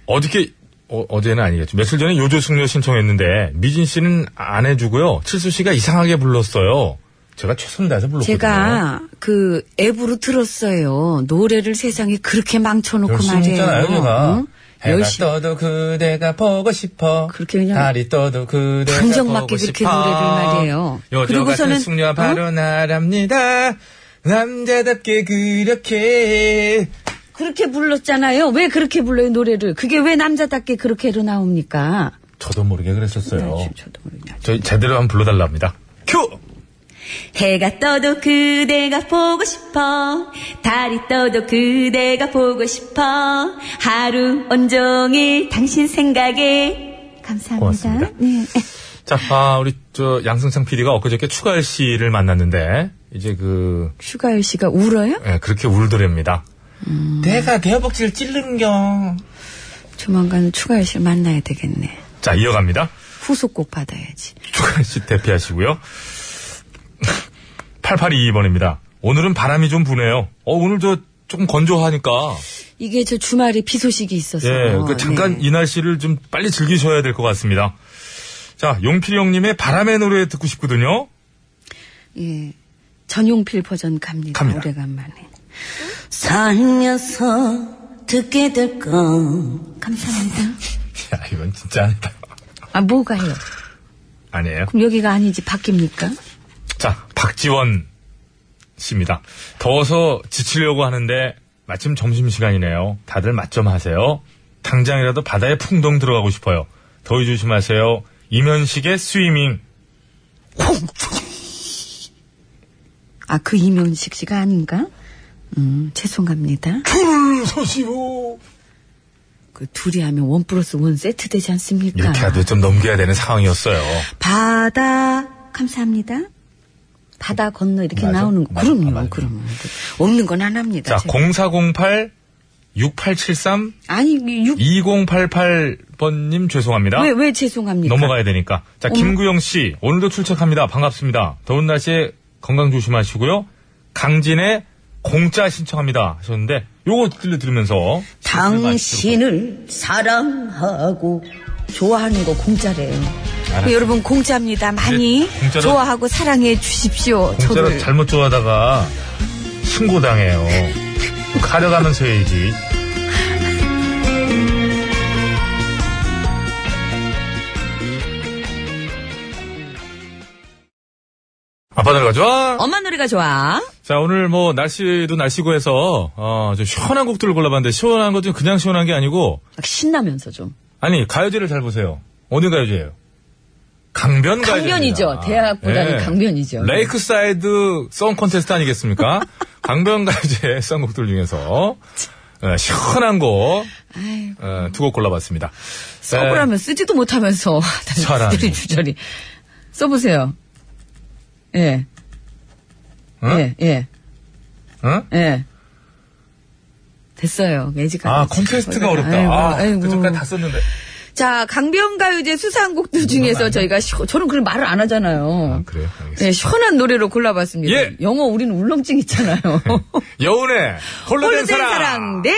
어저께 어, 제는 아니겠죠. 며칠 전에 요조숙녀 신청했는데 미진 씨는 안 해주고요. 칠수 씨가 이상하게 불렀어요. 제가 최선을 다해서 불렀거든요.
제가 그 앱으로 들었어요. 노래를 세상에 그렇게 망쳐놓고
열심히
말이에요.
했잖아요, 제가.
응?
예,
해가
열심히.
떠도 그대가 보고 싶어.
그렇게 그냥
달이 떠도 그대가
방정 맞게
보고
그렇게
싶어.
노래를 말이에요.
요즘
그리고서는- 어?
같은 숙녀 바로 나랍니다. 남자답게 그렇게.
그렇게 불렀잖아요. 왜 그렇게 불러요, 노래를. 그게 왜 남자답게 그렇게로 나옵니까?
저도 모르게
네,
그랬었어요. 저도 모르게. 저 제대로 한번 불러달라 합니다. 큐!
해가 떠도 그대가 보고 싶어. 달이 떠도 그대가 보고 싶어. 하루 온종일 당신 생각에. 감사합니다. 네.
고맙습니다. 자, 아, 우리 저 양승창 PD가 엊그저께 추가열 씨를 만났는데 이제 그
슈가열 씨가 울어요?
예, 그렇게 울더랍니다.
내가 대허벅지를 찌르는 겨.
조만간 추가열 씨를 만나야 되겠네.
자, 이어갑니다.
후속곡 받아야지.
추가열 씨 대피하시고요. 8822번입니다. 오늘은 바람이 좀 부네요. 어, 오늘 저 조금 건조하니까
이게 저 주말에 비 소식이 있어서.
예, 그 잠깐 이 날씨를 좀 빨리 즐기셔야 될 것 같습니다. 자, 용필이 형님의 바람의 노래 듣고 싶거든요.
예. 전용필 버전 갑니다.
갑니다.
오래간만에. 살면서 듣게 될 건. 감사합니다.
야, 이건 진짜 아니다.
아, 뭐가요?
아니에요.
그럼 여기가 아니지, 바뀝니까?
자, 박지원 씨입니다. 더워서 지치려고 하는데 마침 점심시간이네요. 다들 맛좀 하세요. 당장이라도 바다에 풍덩 들어가고 싶어요. 더위 조심하세요. 이면식의 스위밍.
아, 그 이면식 씨가 아닌가? 음, 죄송합니다.
줄을 서시오.
그 둘이 하면 원 플러스 원 세트 되지 않습니까?
이렇게 하도 좀 넘겨야 되는 상황이었어요.
바다, 감사합니다. 바다 건너 이렇게 나오는 거. 그럼요, 그럼요. 없는 건 안 합니다.
자,
제가.
0408 6873
아니, 이 육,
2088번님 죄송합니다.
왜, 왜 죄송합니까?
넘어가야 되니까. 자,
음.
어머.
김구영 씨, 오늘도 출첵합니다. 반갑습니다. 더운 날씨에 건강 조심하시고요. 강진의
공짜 신청합니다 하셨는데 요거 들려드리면서
당신을 사랑하고 좋아하는 거 공짜래요. 그
알았어요.
여러분 공짜입니다. 많이
이제 공짜로-
좋아하고 사랑해 주십시오.
공짜로
저를
잘못 좋아하다가 신고당해요 가려가면서 해야지 아빠 노래가 좋아
엄마 노래가 좋아.
자, 오늘 뭐, 날씨도 날씨고 해서, 어, 좀 시원한 곡들을 골라봤는데, 시원한 것 좀 그냥 시원한 게 아니고,
막 신나면서 좀.
아니, 가요제를 잘 보세요. 어느 가요제예요? 강변 가요제.
강변이죠.
예.
대학보다는 강변이죠.
네. 레이크사이드 성 콘테스트 아니겠습니까? 강변 가요제 썬곡들 중에서, 어, 시원한 거, 두 곡 골라봤습니다.
써보라면 쓰지도 못하면서
사람이.
주저리 주저리 써보세요. 예. 예, 예,
응?
예. 됐어요. 매직.
아, 콘테스트가 어렵다.
아이고,
아,
아이고.
그쪽까지 다 썼는데.
자, 강변가요제 수상곡들 중에서 저희가 시원, 저는 그걸 말을 안 하잖아요.
그래요?
예, 시원한 노래로 골라봤습니다.
예.
영어 우리는 울렁증 있잖아요.
여운의 홀로 된 사랑. 아,
네.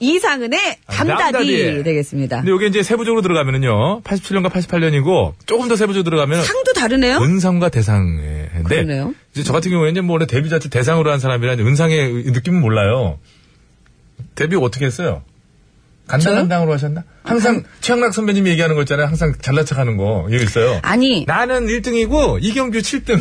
이상은의 담다디
담다디.
되겠습니다.
근데 이게 이제 세부적으로 들어가면은요, 87년과 88년이고 조금 더 세부적으로 들어가면
상도 다르네요.
은상과 대상인데
그러네요.
이제 저 같은 경우에는 이제 뭐 원래 데뷔 자체 대상으로 한 사람이라 이제 은상의 느낌은 몰라요. 데뷔 어떻게 했어요? 간당간당으로 하셨나? 항상 최양락 선배님이 얘기하는 거 있잖아요. 항상 잘난 척하는 거 이거 있어요.
아니
나는 1등이고 이경규 7등.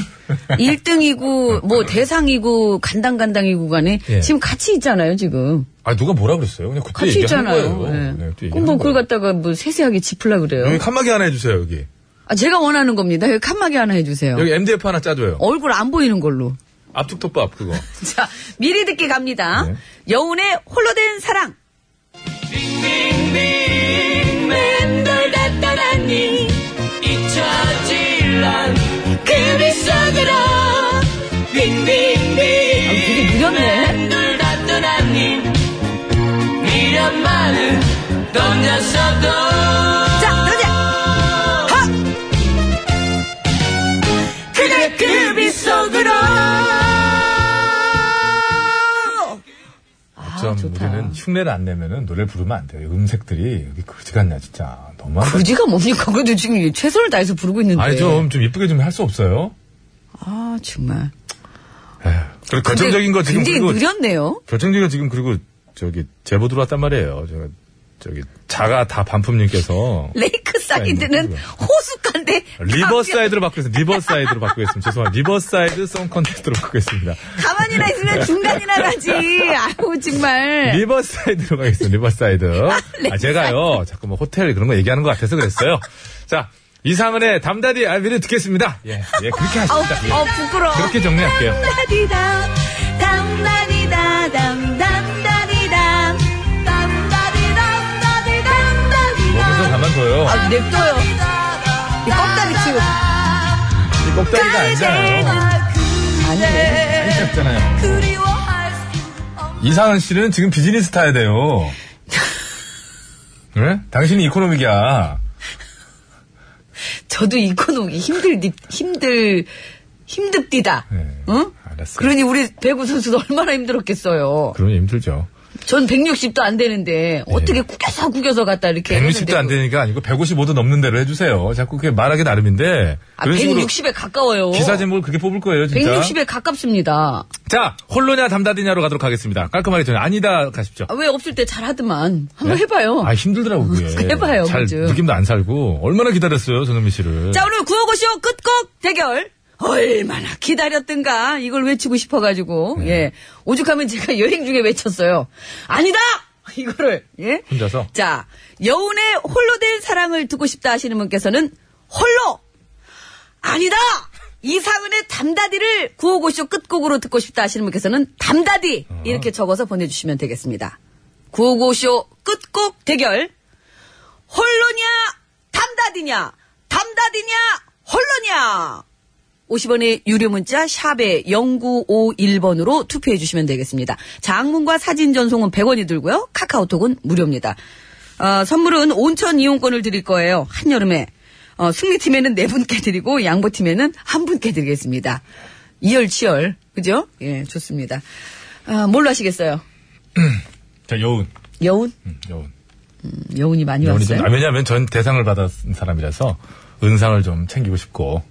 1등이고 뭐 대상이고 간당간당이고 간에
어, 예.
지금 같이 있잖아요 지금
아 누가 뭐라 그랬어요? 그냥 그때
같이
얘기하는
있잖아요.
거예요.
예.
네, 그때
그럼
얘기하는
뭐
거예요.
그걸 갖다가 뭐 세세하게 짚으려 그래요.
여기 칸막이 하나 해주세요 여기.
아, 제가 원하는 겁니다. 여기 칸막이 하나 해주세요.
여기 MDF 하나 짜줘요.
얼굴 안 보이는 걸로.
압축톱밥 그거.
자 미리 듣기 갑니다.
네.
여운의 홀로 된 사랑.
맨날 닿다라니 잊혀질 난그 비싸더라
아,
빙빙빙 되게
무렵네.
맨날 닿더라니 미련 많은 넌 녀석도
자 노래.
하! 그대 그비 속으로
아,
어쩜 우리는 흉내를 안 내면은 노래를 부르면 안 돼요. 음색들이 여기 거지 같냐 진짜. 너무 안
그지가 네. 뭡니까? 그래도 지금 최선을 다해서 부르고 있는데.
아니 좀 좀 이쁘게 좀 할 수 없어요?
아, 정말.
그리고 결정적인 거 지금
굉장히
그리고
느렸네요.
결정적인 거 지금 그리고 저기 제보 들어왔단 말이에요. 제가 저기 자가 다 반품님께서
레이크 사이드는 호숫가인데
아, 리버사이드로 바꾸겠습니다. 리버사이드로 바꾸겠습니다. 죄송합니다. 리버사이드 송 컨텐츠로 바꾸겠습니다.
가만히나 있으면 중간이나 나지. 아우 정말.
리버사이드로 가겠습니다. 리버사이드. 아, 제가요 자꾸 뭐 호텔 그런 거 얘기하는 것 같아서 그랬어요. 자 이상은의 담다디 알비를 듣겠습니다. 예, 예 그렇게 하십니다. 예.
어 부끄러워.
그렇게 정리할게요.
담다디다 담다디다 담담다디다 담다디담다디담다디다.
먹어서 가만둬요.
아 냅둬요. 이 껍다리 치고.
이 꺽다리가 아니잖아요.
아니에요.
괜찮잖아요. 이상은 씨는 지금 비즈니스 타야 돼요. 왜? 당신이 이코노믹이야.
저도 이코노미 힘들 힘들 힘듭디다. 응?
네, 알았어.
그러니 우리 배구 선수도 얼마나 힘들었겠어요.
그러면 힘들죠.
전 160도 안 되는데 어떻게 구겨서 구겨서 갔다 이렇게
160도 네. 안 되니까 아니고 155도 넘는 대로 해주세요. 자꾸 그게 말하기 나름인데.
아,
그런 식으로
160에 가까워요.
기사 제목을 그렇게 뽑을 거예요, 진짜.
160에 가깝습니다.
자, 홀로냐 담다디냐로 가도록 하겠습니다. 깔끔하게 전에 아니다 가십시오.
아, 왜 없을 때 잘하더만 한번
네?
해봐요.
아, 힘들더라고, 그게.
해봐요,
잘
그죠.
느낌도 안 살고. 얼마나 기다렸어요, 전은미 씨를.
자 오늘 구호고쇼 끝곡 대결. 얼마나 기다렸던가 이걸 외치고 싶어가지고
네.
예 오죽하면 제가 여행 중에 외쳤어요. 아니다 이거를 예.
혼자서.
자, 여운의 홀로 된 사랑을 듣고 싶다 하시는 분께서는 홀로! 아니다! 이상은의 담다디를 구호고쇼 끝곡으로 듣고 싶다 하시는 분께서는 담다디! 이렇게 적어서 보내주시면 되겠습니다. 구호고쇼 끝곡 대결. 홀로냐? 담다디냐? 담다디냐? 홀로냐? 50원의 유료 문자 샵에 0951번으로 투표해 주시면 되겠습니다. 장문과 사진 전송은 100원이 들고요. 카카오톡은 무료입니다. 어, 선물은 온천 이용권을 드릴 거예요. 한여름에. 어, 승리팀에는 네 분께 드리고 양보팀에는 한 분께 드리겠습니다. 이열치열. 그죠? 예, 좋습니다. 아, 뭘로 하시겠어요?
자, 여운.
여운?
음, 여운.
음, 여운이 많이
여운이
왔어요.
좀- 아, 왜냐면 전 대상을 받은 사람이라서 은상을 좀 챙기고 싶고,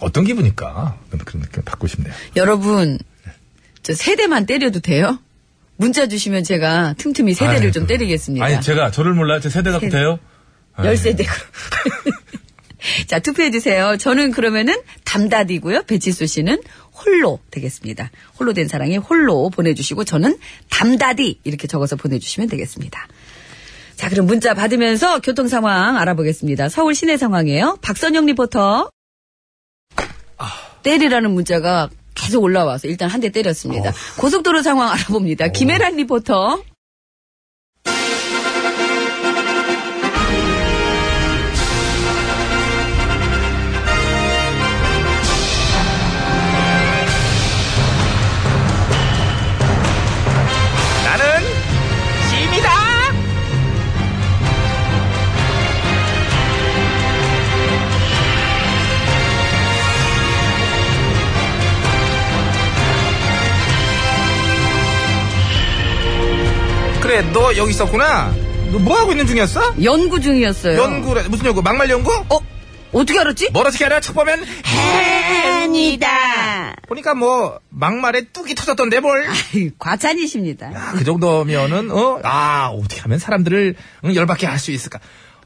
어떤 기분일까? 그런 느낌 받고 싶네요.
여러분, 저 세대만 때려도 돼요? 문자 주시면 제가 틈틈이 세대를
아이,
좀 때리겠습니다.
아니, 제가 저를 몰라요? 제 세대가
예. 세대.
같아요? 아이,
열세대 자, 투표해주세요. 저는 그러면은 담다디고요. 배치수 씨는 홀로 되겠습니다. 홀로 된 사랑이 홀로 보내주시고 저는 담다디 이렇게 적어서 보내주시면 되겠습니다. 자, 그럼 문자 받으면서 교통 상황 알아보겠습니다. 서울 시내 상황이에요. 박선영 리포터.
아.
때리라는 문자가 계속 올라와서 일단 한 대
어.
때렸습니다. 고속도로 상황 알아봅니다. 김혜란 리포터.
나는 짐이다.
그래, 너 여기 있었구나. 너 뭐 하고 있는 중이었어?
연구 중이었어요.
연구래 무슨 연구? 막말 연구?
네. 어? 네. 어떻게 알았지?
뭘 어떻게 알아? 척 보면
아니다.
보니까 뭐 막말에 뚝이 터졌던데 뭘?
과찬이십니다.
그 정도면은 어아 어떻게 하면 사람들을 응, 열받게 할 수 있을까?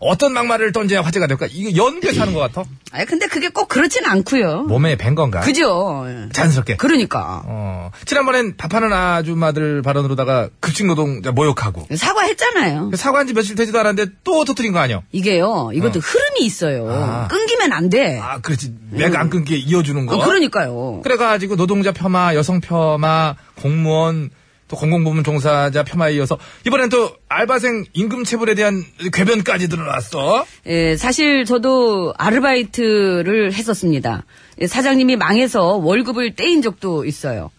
어떤 막말을 던져야 화제가 될까? 이거 연구해서 하는 것 같아.
아 근데 그게 꼭 그렇진 않고요.
몸에 밴 건가?
그죠?
자연스럽게.
그러니까
어 지난번엔 밥하는 아줌마들 발언으로다가 급식 노동자 모욕하고
사과했잖아요.
사과한 지 며칠 되지도 않았는데 또 터뜨린 거 아니야?
이게요. 이것도
어.
흐름이 있어요.
아.
끊기면 안 돼.
아 그렇지 맥 안 끊기게 이어주는 거.
어, 그러니까요.
그래가지고 노동자 폄하, 여성 폄하, 공무원, 또 공공부문 종사자 폄하에 이어서 이번엔 또 알바생 임금 체불에 대한 궤변까지 드러났어.
예, 사실 저도 아르바이트를 했었습니다. 예, 사장님이 망해서 월급을 떼인 적도 있어요.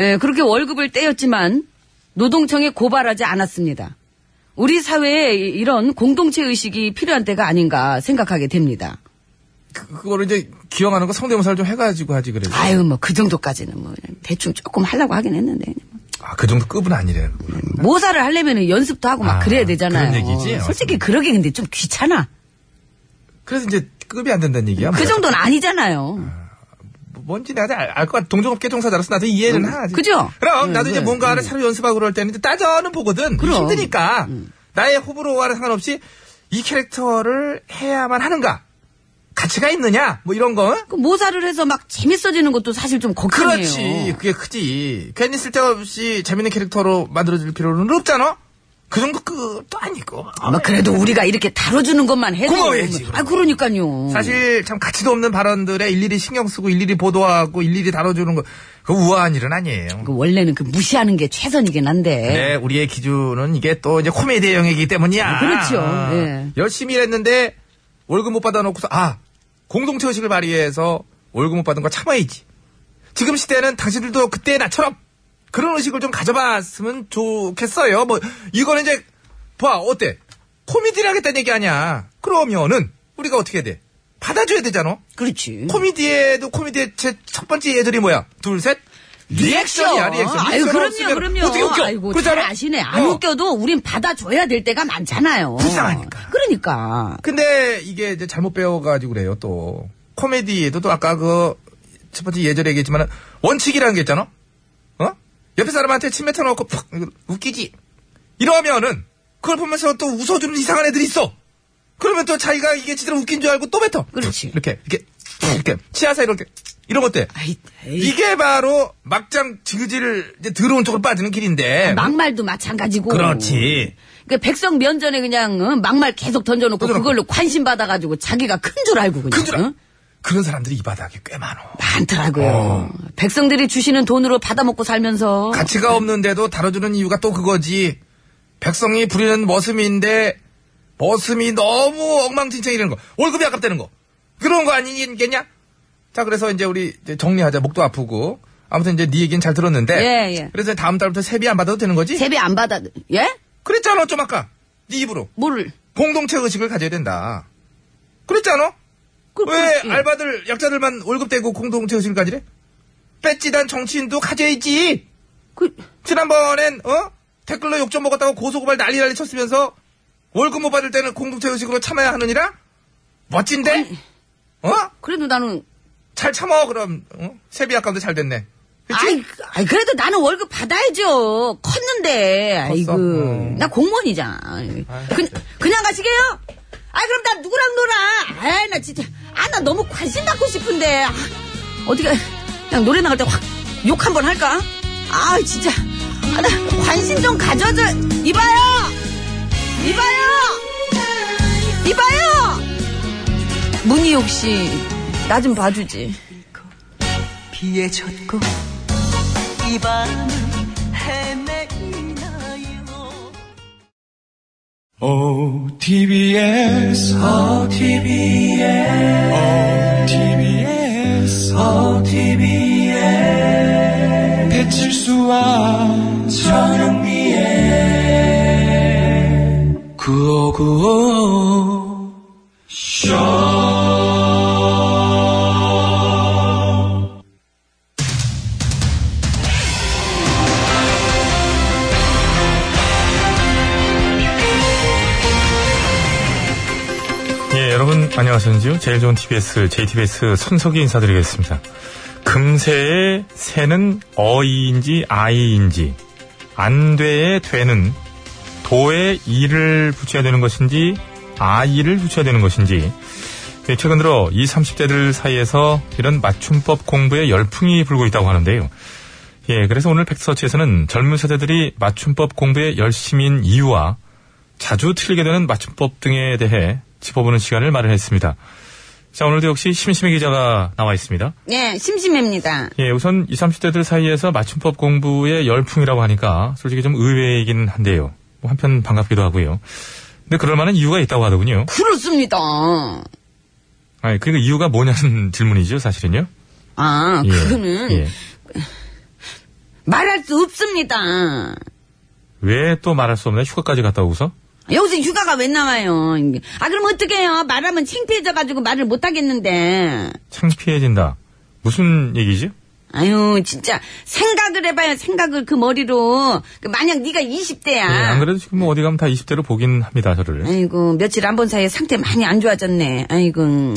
예, 그렇게 월급을 떼었지만 노동청에 고발하지 않았습니다. 우리 사회에 이- 이런 공동체 의식이 필요한 때가 아닌가 생각하게 됩니다.
그거를 이제 기용하는 거 성대모사를 좀 해가지고 하지 그래서.
아유, 뭐, 그 정도까지는 뭐, 대충 조금 하려고 하긴 했는데. 뭐
아, 그 정도 급은 아니래.
모사를 하려면 연습도 하고 막
음. 아,
그래야 되잖아요.
그런 얘기지?
솔직히 그러기 근데 좀 귀찮아.
그래서 이제 급이 안 된다는 얘기야.
그
뭐야. 뭐
정도는 아니잖아요.
뭔지 내가 알것 같아. 동종업계 종사자로서 나도 이해는
음,
하지.
그죠?
그럼
음,
나도 이제
네,
뭔가를 새로 연습하고 그럴 때는 이제 따져는 보거든.
그럼. 음.
힘드니까. 나의 호불호와는 상관없이 이 캐릭터를 해야만 하는가? 가치가 있느냐? 뭐 이런 거. 응?
그 모사를 해서 막 재밌어지는 것도 사실 좀 걱정이에요.
그렇지. 그게 크지. 괜히 쓸데없이 재밌는 캐릭터로 만들어질 필요는 없잖아? 그 정도 끝도 아니고.
아마 그래도 우리가 이렇게 다뤄주는 것만 해도.
고마워야지,
아, 그러니까요.
사실 참 가치도 없는 발언들에 일일이 신경 쓰고 일일이 보도하고 일일이 다뤄주는 거, 그 우아한 일은 아니에요.
그 원래는 그 무시하는 게 최선이긴 한데.
근데 우리의 기준은 이게 또 이제 코미디 영역이기 때문이야.
아, 그렇죠. 예.
열심히 일했는데 월급 못 받아놓고서 아 공동체 의식을 발휘해서 월급 못 받은 거 참아야지. 지금 시대는 당신들도 그때 나처럼 그런 의식을 좀 가져봤으면 좋겠어요. 뭐 이거는 이제 봐 어때 코미디를 하겠다는 얘기 아니야. 그러면은 우리가 어떻게 해야 돼? 받아줘야 되잖아.
그렇지.
음. 코미디에도 코미디의 제 첫 번째 예절이 뭐야? 둘 셋. 리액션이야, 리액션.
아유,
리액션
그럼요,
없으면
그럼요.
어떻게 웃겨?
아이고, 잘
그렇잖아?
아시네. 안
어.
웃겨도 우린 받아줘야 될 때가 많잖아요.
불쌍하니까.
그러니까.
근데 이게 이제 잘못 배워가지고 그래요, 또. 코미디에도 또 아까 그 첫 번째 예절에 얘기했지만 원칙이라는 게 있잖아? 어? 옆에 사람한테 침 뱉어놓고 팍! 이거 웃기지? 이러면은 그걸 보면서 또 웃어주는 이상한 애들이 있어! 그러면 또 자기가 이게 진짜 웃긴 줄 알고 또 뱉어!
그렇지.
이렇게, 이렇게, 이렇게, 치아사 이렇게, 이런 것들.
아이, 에이.
이게 바로 막장 지그질 이제 더러운 쪽으로 빠지는
아,
길인데.
막말도 마찬가지고.
그렇지.
그 백성 면전에 그냥 응, 막말 계속 던져놓고
던져놓고.
그걸로 관심 받아가지고 자기가 큰 줄 알고 그냥 어?
큰 줄 알-
응?
그런 사람들이 이 바닥에 꽤 많어.
많더라고요.
어.
백성들이 주시는 돈으로 받아먹고 살면서
가치가 없는데도 다뤄주는 이유가 또 그거지. 백성이 부리는 머슴인데 머슴이 너무 엉망진창이라는 거. 월급이 아깝다는 거. 그런 거 아니겠냐? 자 그래서 이제 우리 이제 정리하자. 목도 아프고. 아무튼 이제 네 얘기는 잘 들었는데.
예, 예.
그래서 다음 달부터 세비 안 받아도 되는 거지?
세배 안 받아. 예?
그랬잖아 좀 아까. 네 입으로.
뭐를?
공동체 의식을 가져야 된다. 그랬잖아?
그-
왜
그- 예.
알바들, 약자들만 월급 대고 공동체 의식을 가지래? 뺏지단 정치인도 가져야지.
그,
지난번엔 어 댓글로 욕 좀 먹었다고 고소고발 난리 난리 쳤으면서 월급 못 받을 때는 공동체 의식으로 참아야 하느니라 멋진데 어?
그래도 나는
잘 참아 그럼 어? 세비 아까도 잘 됐네.
아이, 아이, 그래도 나는 월급 받아야죠. 컸는데, 아이고. 나 음. 공무원이잖아. 그, 그냥 가시게요? 아이, 그럼 나 누구랑 놀아? 아이, 나 진짜. 아, 나 너무 관심 받고 싶은데. 아, 어디가, 그냥 노래 나갈 때 확, 욕 한번 할까? 아, 진짜. 아, 나 관심 좀 가져줘. 이봐요! 이봐요! 이봐요! 문희옥 씨, 나 좀 봐주지.
비에 젖고 이 밤을 헤매이나요
OTBS, OTBS, OTBS, OTBS, 배칠수와 전영미의 구호구호.
예, 여러분 안녕하세요. 제일 좋은 TBS, JTBS 손석희 인사드리겠습니다. 금세의 새는 어이인지 아이인지 안돼의 되는 도에 이를 붙여야 되는 것인지 아이를 붙여야 되는 것인지 예, 최근 들어 20, 30대들 사이에서 이런 맞춤법 공부에 열풍이 불고 있다고 하는데요. 예, 그래서 오늘 팩트서치에서는 젊은 세대들이 맞춤법 공부에 열심인 이유와 자주 틀리게 되는 맞춤법 등에 대해 짚어보는 시간을 마련했습니다. 자, 오늘도 역시 심심해 기자가 나와 있습니다.
예, 심심합니다.
예, 우선 20, 30대들 사이에서 맞춤법 공부의 열풍이라고 하니까 솔직히 좀 의외이긴 한데요. 뭐 한편 반갑기도 하고요. 근데 그럴 만한 이유가 있다고 하더군요.
그렇습니다.
아니, 그러니까 이유가 뭐냐는 질문이죠, 사실은요.
아,
예,
그거는
예.
말할 수 없습니다.
왜 또 말할 수 없나? 휴가까지 갔다 오고서?
여기서 휴가가 왜 나와요? 아, 그럼 어떡해요? 말하면 창피해져가지고 말을 못하겠는데.
창피해진다. 무슨 얘기지?
아유, 진짜 생각을 해봐요. 생각을 그 머리로. 그 만약 네가
예, 안
20대야.
그래도 지금 뭐 어디 가면 다 20대로 보긴 합니다, 저를.
아이고, 며칠 안 본 사이에 상태 많이 안 좋아졌네. 아이고. 음.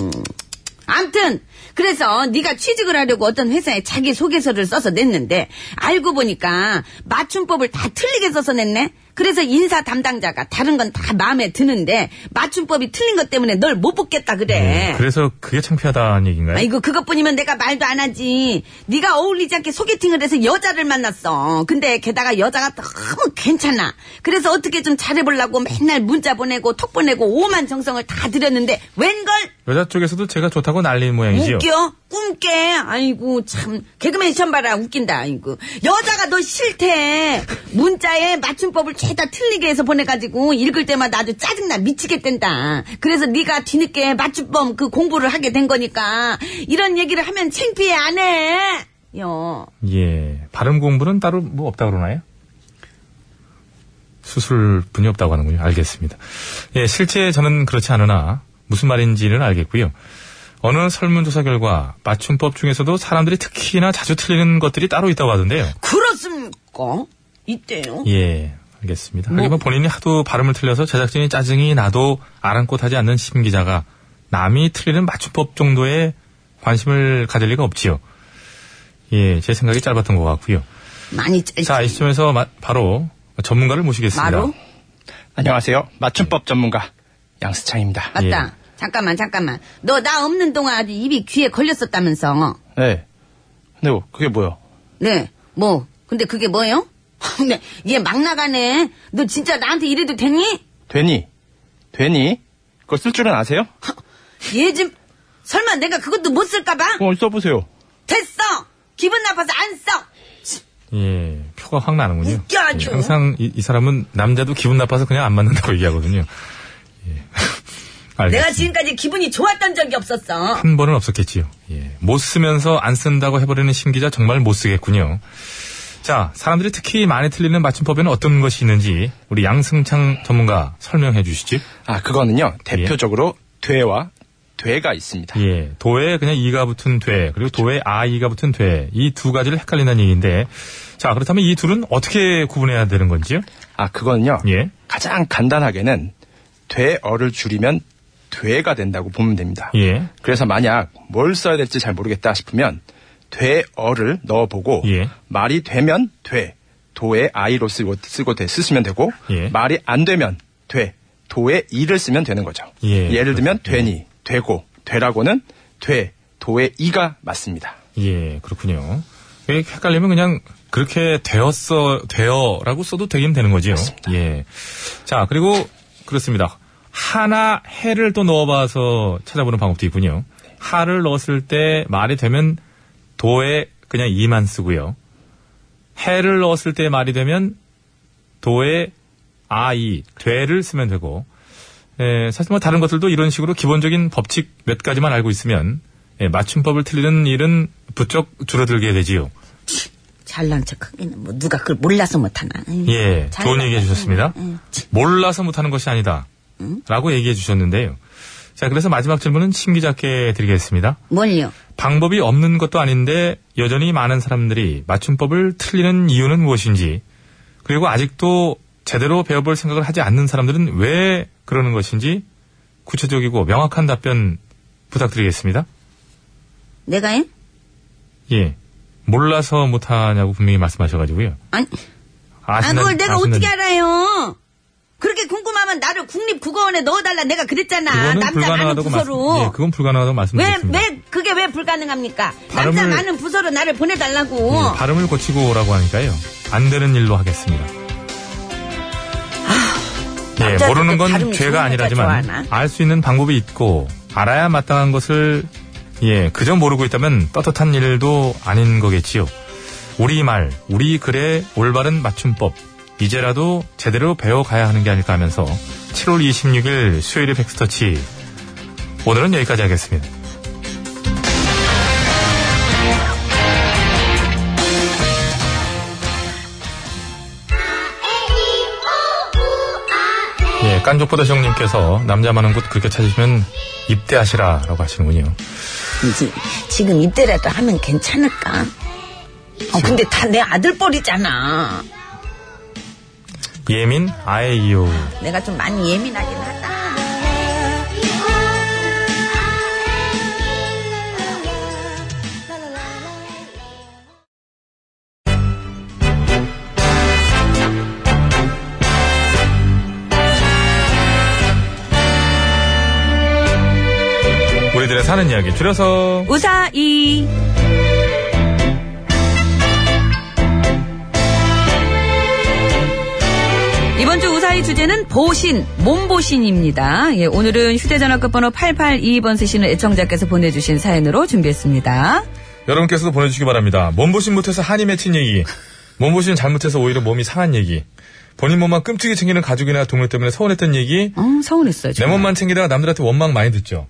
암튼 그래서 네가 취직을 하려고 어떤 회사에 자기 소개서를 써서 냈는데 알고 보니까 맞춤법을 다 틀리게 써서 냈네. 그래서 인사 담당자가 다른 건 다 마음에 드는데 맞춤법이 틀린 것 때문에 널 못 뽑겠다 그래.
예, 그래서 그게 창피하다는 얘기인가요?
아이고 그것뿐이면 내가 말도 안 하지. 네가 어울리지 않게 소개팅을 해서 여자를 만났어. 근데 게다가 여자가 너무 괜찮아. 그래서 어떻게 좀 잘해보려고 맨날 문자 보내고 톡 보내고 오만 정성을 다 들였는데 웬걸
여자 쪽에서도 제가 좋다고 날린 모양이지요.
웃겨? 꿈깨? 아이고, 참. 개그맨 시험 봐라. 웃긴다. 아이고. 여자가 너 싫대. 문자에 맞춤법을 죄다 틀리게 해서 보내가지고 읽을 때마다 아주 짜증나. 미치겠댄다. 그래서 네가 뒤늦게 맞춤법 그 공부를 하게 된 거니까 이런 얘기를 하면 창피해 안 해. 요.
예. 발음 공부는 따로 뭐 없다 그러나요? 수술분이 없다고 하는군요. 알겠습니다. 예, 실제 저는 그렇지 않으나 무슨 말인지는 알겠고요. 어느 설문조사 결과 맞춤법 중에서도 사람들이 특히나 자주 틀리는 것들이 따로 있다고 하던데요.
그렇습니까? 이때요.
예, 알겠습니다. 하긴 뭐 본인이 하도 발음을 틀려서 제작진이 짜증이 나도 아랑곳하지 않는 심 기자가 남이 틀리는 맞춤법 정도에 관심을 가질 리가 없지요. 예, 제 생각이 짧았던 것 같고요.
많이 짧.
자, 이 시점에서 마- 바로 전문가를 모시겠습니다.
바로?
안녕하세요.
네.
맞춤법 전문가 양수창입니다.
맞다.
예.
잠깐만, 잠깐만. 너 나 없는 동안 아주 입이 귀에 걸렸었다면서.
네. 근데 뭐, 그게 뭐요?
네, 뭐. 근데 그게 뭐예요? 근데 얘 막 나가네. 너 진짜 나한테 이래도 되니?
되니? 되니? 그거 쓸 줄은 아세요?
얘 좀, 설마 내가 그것도 못 쓸까봐?
그걸 써보세요.
됐어! 기분 나빠서 안 써!
예, 표가 확 나는군요.
웃겨 아주.
예, 항상 이, 이 사람은 남자도 기분 나빠서 그냥 안 맞는다고 얘기하거든요. 예. 알겠습니다.
내가 지금까지 기분이 좋았던 적이 없었어.
한 번은 없었겠지요. 예. 못 쓰면서 안 쓴다고 해버리는 심기자 정말 못 쓰겠군요. 자, 사람들이 특히 많이 틀리는 맞춤법에는 어떤 것이 있는지 우리 양승창 전문가 설명해 주시지.
아, 그거는요. 대표적으로 되와 되가 있습니다.
예. 아, 도에 그냥 이가 붙은 돼, 그리고 도에 아이가 붙은 돼. 이 두 가지를 헷갈린다는 얘기인데, 자, 그렇다면 이 둘은 어떻게 구분해야 되는 건지요?
아, 그거는요.
예.
가장 간단하게는 되어를 줄이면 되가 된다고 보면 됩니다.
예.
그래서 만약 뭘 써야 될지 잘 모르겠다 싶으면 되어를 넣어보고
예.
말이 되면 돼 도에 아이로 쓰고 쓰고 돼 쓰시면 되고
예.
말이 안 되면 돼 도에 이를 쓰면 되는 거죠.
예.
를 들면 되니 되고 되라고는 돼 도에 이가 맞습니다.
예, 그렇군요. 이게 헷갈리면 그냥 그렇게 되었어, 되어라고 써도 되긴 되는 거지요. 예. 자, 그리고 그렇습니다. 하나, 해를 또 넣어봐서 찾아보는 방법도 있군요. 하를 넣었을 때 말이 되면 도에 그냥 이만 쓰고요. 해를 넣었을 때 말이 되면 도에 아이, 되를 쓰면 되고, 예, 사실 뭐 다른 것들도 이런 식으로 기본적인 법칙 몇 가지만 알고 있으면 예, 맞춤법을 틀리는 일은 부쩍 줄어들게 되지요.
잘난 척하기는 뭐 누가 그걸 몰라서 못하나. 아유,
예,
음, 잘난 음,
좋은 얘기 해주셨습니다.
응,
몰라서 못하는 것이 아니다.
음?
라고 얘기해 주셨는데요. 자, 그래서 마지막 질문은 심 기자께 드리겠습니다.
뭘요?
방법이 없는 것도 아닌데 여전히 많은 사람들이 맞춤법을 틀리는 이유는 무엇인지 그리고 아직도 제대로 배워볼 생각을 하지 않는 사람들은 왜 그러는 것인지 구체적이고 명확한 답변 부탁드리겠습니다.
내가 해?
예. 몰라서 못하냐고 분명히 말씀하셔가지고요.
아니. 아,
아시는-
그걸 내가
아시는-
어떻게 알아요? 그렇게 궁금하면 나를 국립국어원에 넣어달라 내가 그랬잖아.
그거는
남자 많은
불가능하다고
부서로.
말씀, 예, 그건 불가능하다고
왜,
말씀드렸습니다.
왜, 그게 왜 불가능합니까? 남자
발음을-
많은 부서로 나를 보내달라고.
예, 발음을 고치고 오라고 하니까요. 안 되는 일로 하겠습니다. 예,
아, 남자들도
모르는 건
발음이
죄가
좋은 여자
아니라지만
좋아하나?
알 수 있는 방법이 있고 알아야 마땅한 것을 예, 그저 모르고 있다면 떳떳한 일도 아닌 거겠지요. 우리 말, 우리 글의 올바른 맞춤법 이제라도 제대로 배워가야 하는 게 아닐까 하면서 7월 26일 수요일의 백스터치 오늘은 여기까지 하겠습니다. 예, 깐족보다 형님께서 남자 많은 곳 그렇게 찾으시면 입대하시라라고 하시는군요.
음, 이제 지금 이때라도 하면 괜찮을까? 어, 근데 다 내 아들 뻘이잖아.
예민 아에이오.
내가 좀 많이 예민하긴 하다.
우리들의 사는 이야기 줄여서
우사이. 이번 주 우사의 주제는 보신, 몸보신입니다. 예, 오늘은 휴대전화 끝번호 882번 쓰시는 애청자께서 보내주신 사연으로 준비했습니다.
여러분께서도 보내주시기 바랍니다. 몸보신 못해서 한이 맺힌 얘기, 몸보신 잘못해서 오히려 몸이 상한 얘기, 본인 몸만 끔찍이 챙기는 가족이나 동료 때문에 서운했던 얘기,
어, 서운했어요.
내
정말.
몸만 챙기다가 남들한테 원망 많이 듣죠.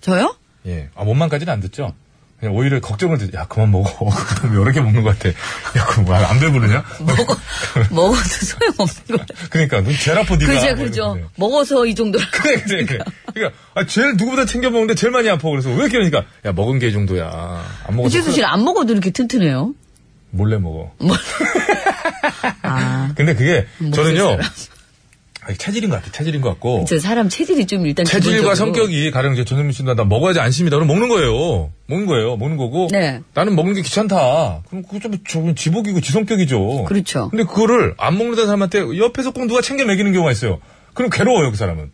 저요?
예, 아 원망까지는 안 듣죠. 그냥 오히려 걱정을 듣. 야 그만 먹어. 여러 개 먹는 것 같아. 야 그럼 뭐야, 안 배부르냐?
음.
먹어
먹어도 소용없는 거.
그러니까 그 제라포 니가.
그죠, 그죠. 먹어서 이 정도라.
네, 그래, 그래, 그래. 그러니까, 아, 제일 누구보다 챙겨 먹는데 제일 많이 아파. 그래서 왜 이렇게 그러니까, 야, 먹은 게 이 정도야. 안 먹어도.
이재수 씨는 뭐. 안 먹어도 이렇게 튼튼해요.
몰래 먹어.
아.
근데 그게, 저는요, 아, 체질인 것 같아. 체질인 것 같고.
저 사람 뭐 체질이 좀 일단
체질과
기본적으로.
성격이 가령 이제 전현민 씨도 나 먹어야지 안심이다. 그럼 먹는 거예요. 먹는 거예요. 먹는 거고.
네.
나는 먹는 게 귀찮다. 그럼 그거 좀, 저건 지복이고 지성격이죠.
그렇죠.
근데 그거를 안 먹는다는 사람한테 옆에서 꼭 누가 챙겨 먹이는 경우가 있어요. 그럼 괴로워요, 그 사람은.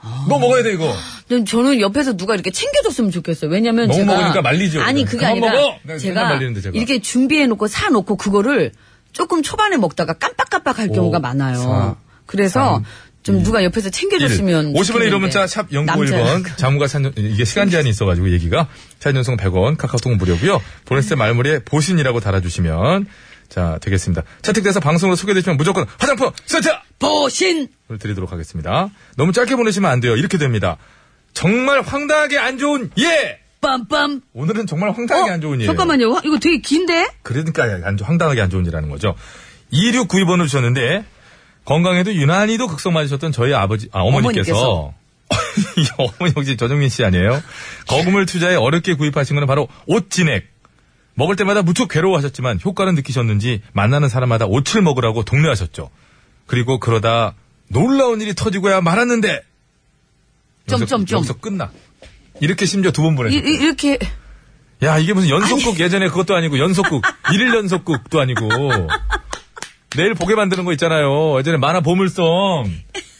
아.
너 먹어야 돼, 이거.
전- 저는 옆에서 누가 이렇게 챙겨줬으면 좋겠어요. 왜냐면
너무
제가
먹으니까 말리죠. 그냥.
아니 그게
그만
아니라
먹어! 네,
제가,
맨날 말리는데 제가.
이렇게 준비해놓고 사놓고 그거를 조금 초반에 먹다가 깜빡깜빡 할 경우가 많아요.
사,
그래서 좀 누가 옆에서 챙겨줬으면
50원의 이름 문자 샵 0951번 자무가 산 이게 시간 제한이 있어가지고 얘기가 사연 연속 100원 카카오톡 무료고요 보냈을 때 말머리에 보신이라고 달아주시면 자 되겠습니다 채택돼서 방송으로 소개되시면 무조건 화장품 세트
보신
을 드리도록 하겠습니다 너무 짧게 보내시면 안 돼요 이렇게 됩니다 정말 황당하게 안 좋은 예
빰빰
오늘은 정말 황당하게 안 좋은 예
어, 잠깐만요. 와, 이거 되게 긴데?
그러니까 안 좋- 황당하게 안 좋은 일이라는 거죠 2692번을 주셨는데 건강에도 유난히도 극성 맞으셨던 저희 아버지 아 어머니께서.
어머니께서.
이 어머니 혹시 저정민 씨 아니에요? 거금을 투자해 어렵게 구입하신 거는 바로 옷 진액. 먹을 때마다 무척 괴로워하셨지만 효과는 느끼셨는지 만나는 사람마다 오칠 먹으라고 독려하셨죠. 그리고 그러다 놀라운 일이 터지고야 말았는데
점,
여기서-
점, 점.
여기서 끝나. 이렇게 심지어 두 번 보내.
이, 렇게
야, 이게 무슨 연속극 예전에 그것도 아니고 연속극. 일일 연속극도 아니고. 내일 보게 만드는 거 있잖아요. 예전에 만화 보물성.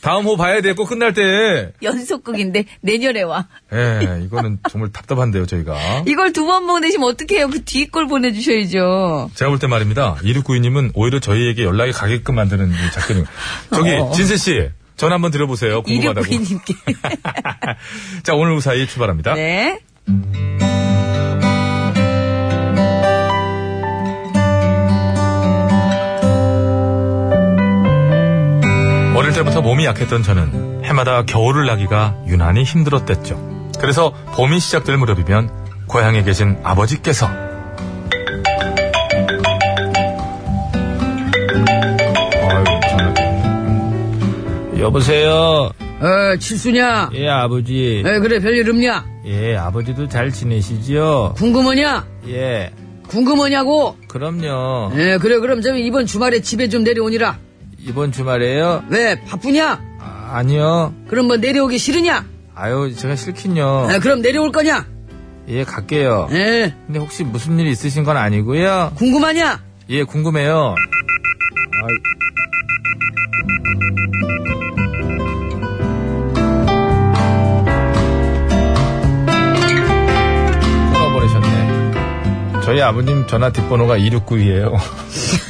다음 호 봐야 되고 끝날 때.
연속극인데 내년에 와.
예, 이거는 정말 답답한데요, 저희가.
이걸 두 번 보내시면 어떡해요. 그 뒤에 걸 보내주셔야죠.
제가 볼 때 말입니다. 2692님은 오히려 저희에게 연락이 가게끔 만드는 이 작가님. 저기,
어.
진세씨, 전화 한번 드려보세요. 궁금하다고.
2692님께.
자, 오늘 그 우사히 출발합니다.
네.
어릴 때부터 몸이 약했던 저는 해마다 겨울을 나기가 유난히 힘들었댔죠. 그래서 봄이 시작될 무렵이면 고향에 계신 아버지께서
여보세요.
어, 칠수냐?
예, 아버지.
네.
에, 그래, 별일 없냐?
예, 아버지도 잘 지내시지요?
궁금하냐?
예,
궁금하냐고?
그럼요.
에, 그래, 그럼 저 이번 주말에 집에 좀 내려오니라.
이번 주말에요?
왜, 바쁘냐?
아, 아니요.
그럼 뭐 내려오기 싫으냐? 네.
아유, 제가 싫긴요.
에, 그럼 내려올 거냐?
예, 갈게요.
네.
예.
근데 혹시 무슨 일 있으신 건 아니고요?
궁금하냐?
예, 궁금해요.
전화 보내셨네. 저희 아버님 전화 뒷번호가 2692예요.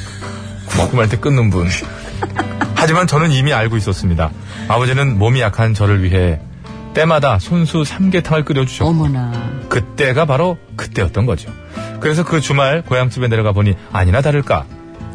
먹고 말 때 끊는 분. 하지만 저는 이미 알고 있었습니다. 아버지는 몸이 약한 저를 위해 때마다 손수 삼계탕을 끓여주셨고 그때가 바로 그때였던 거죠. 그래서 그 주말 고향집에 내려가 보니 아니나 다를까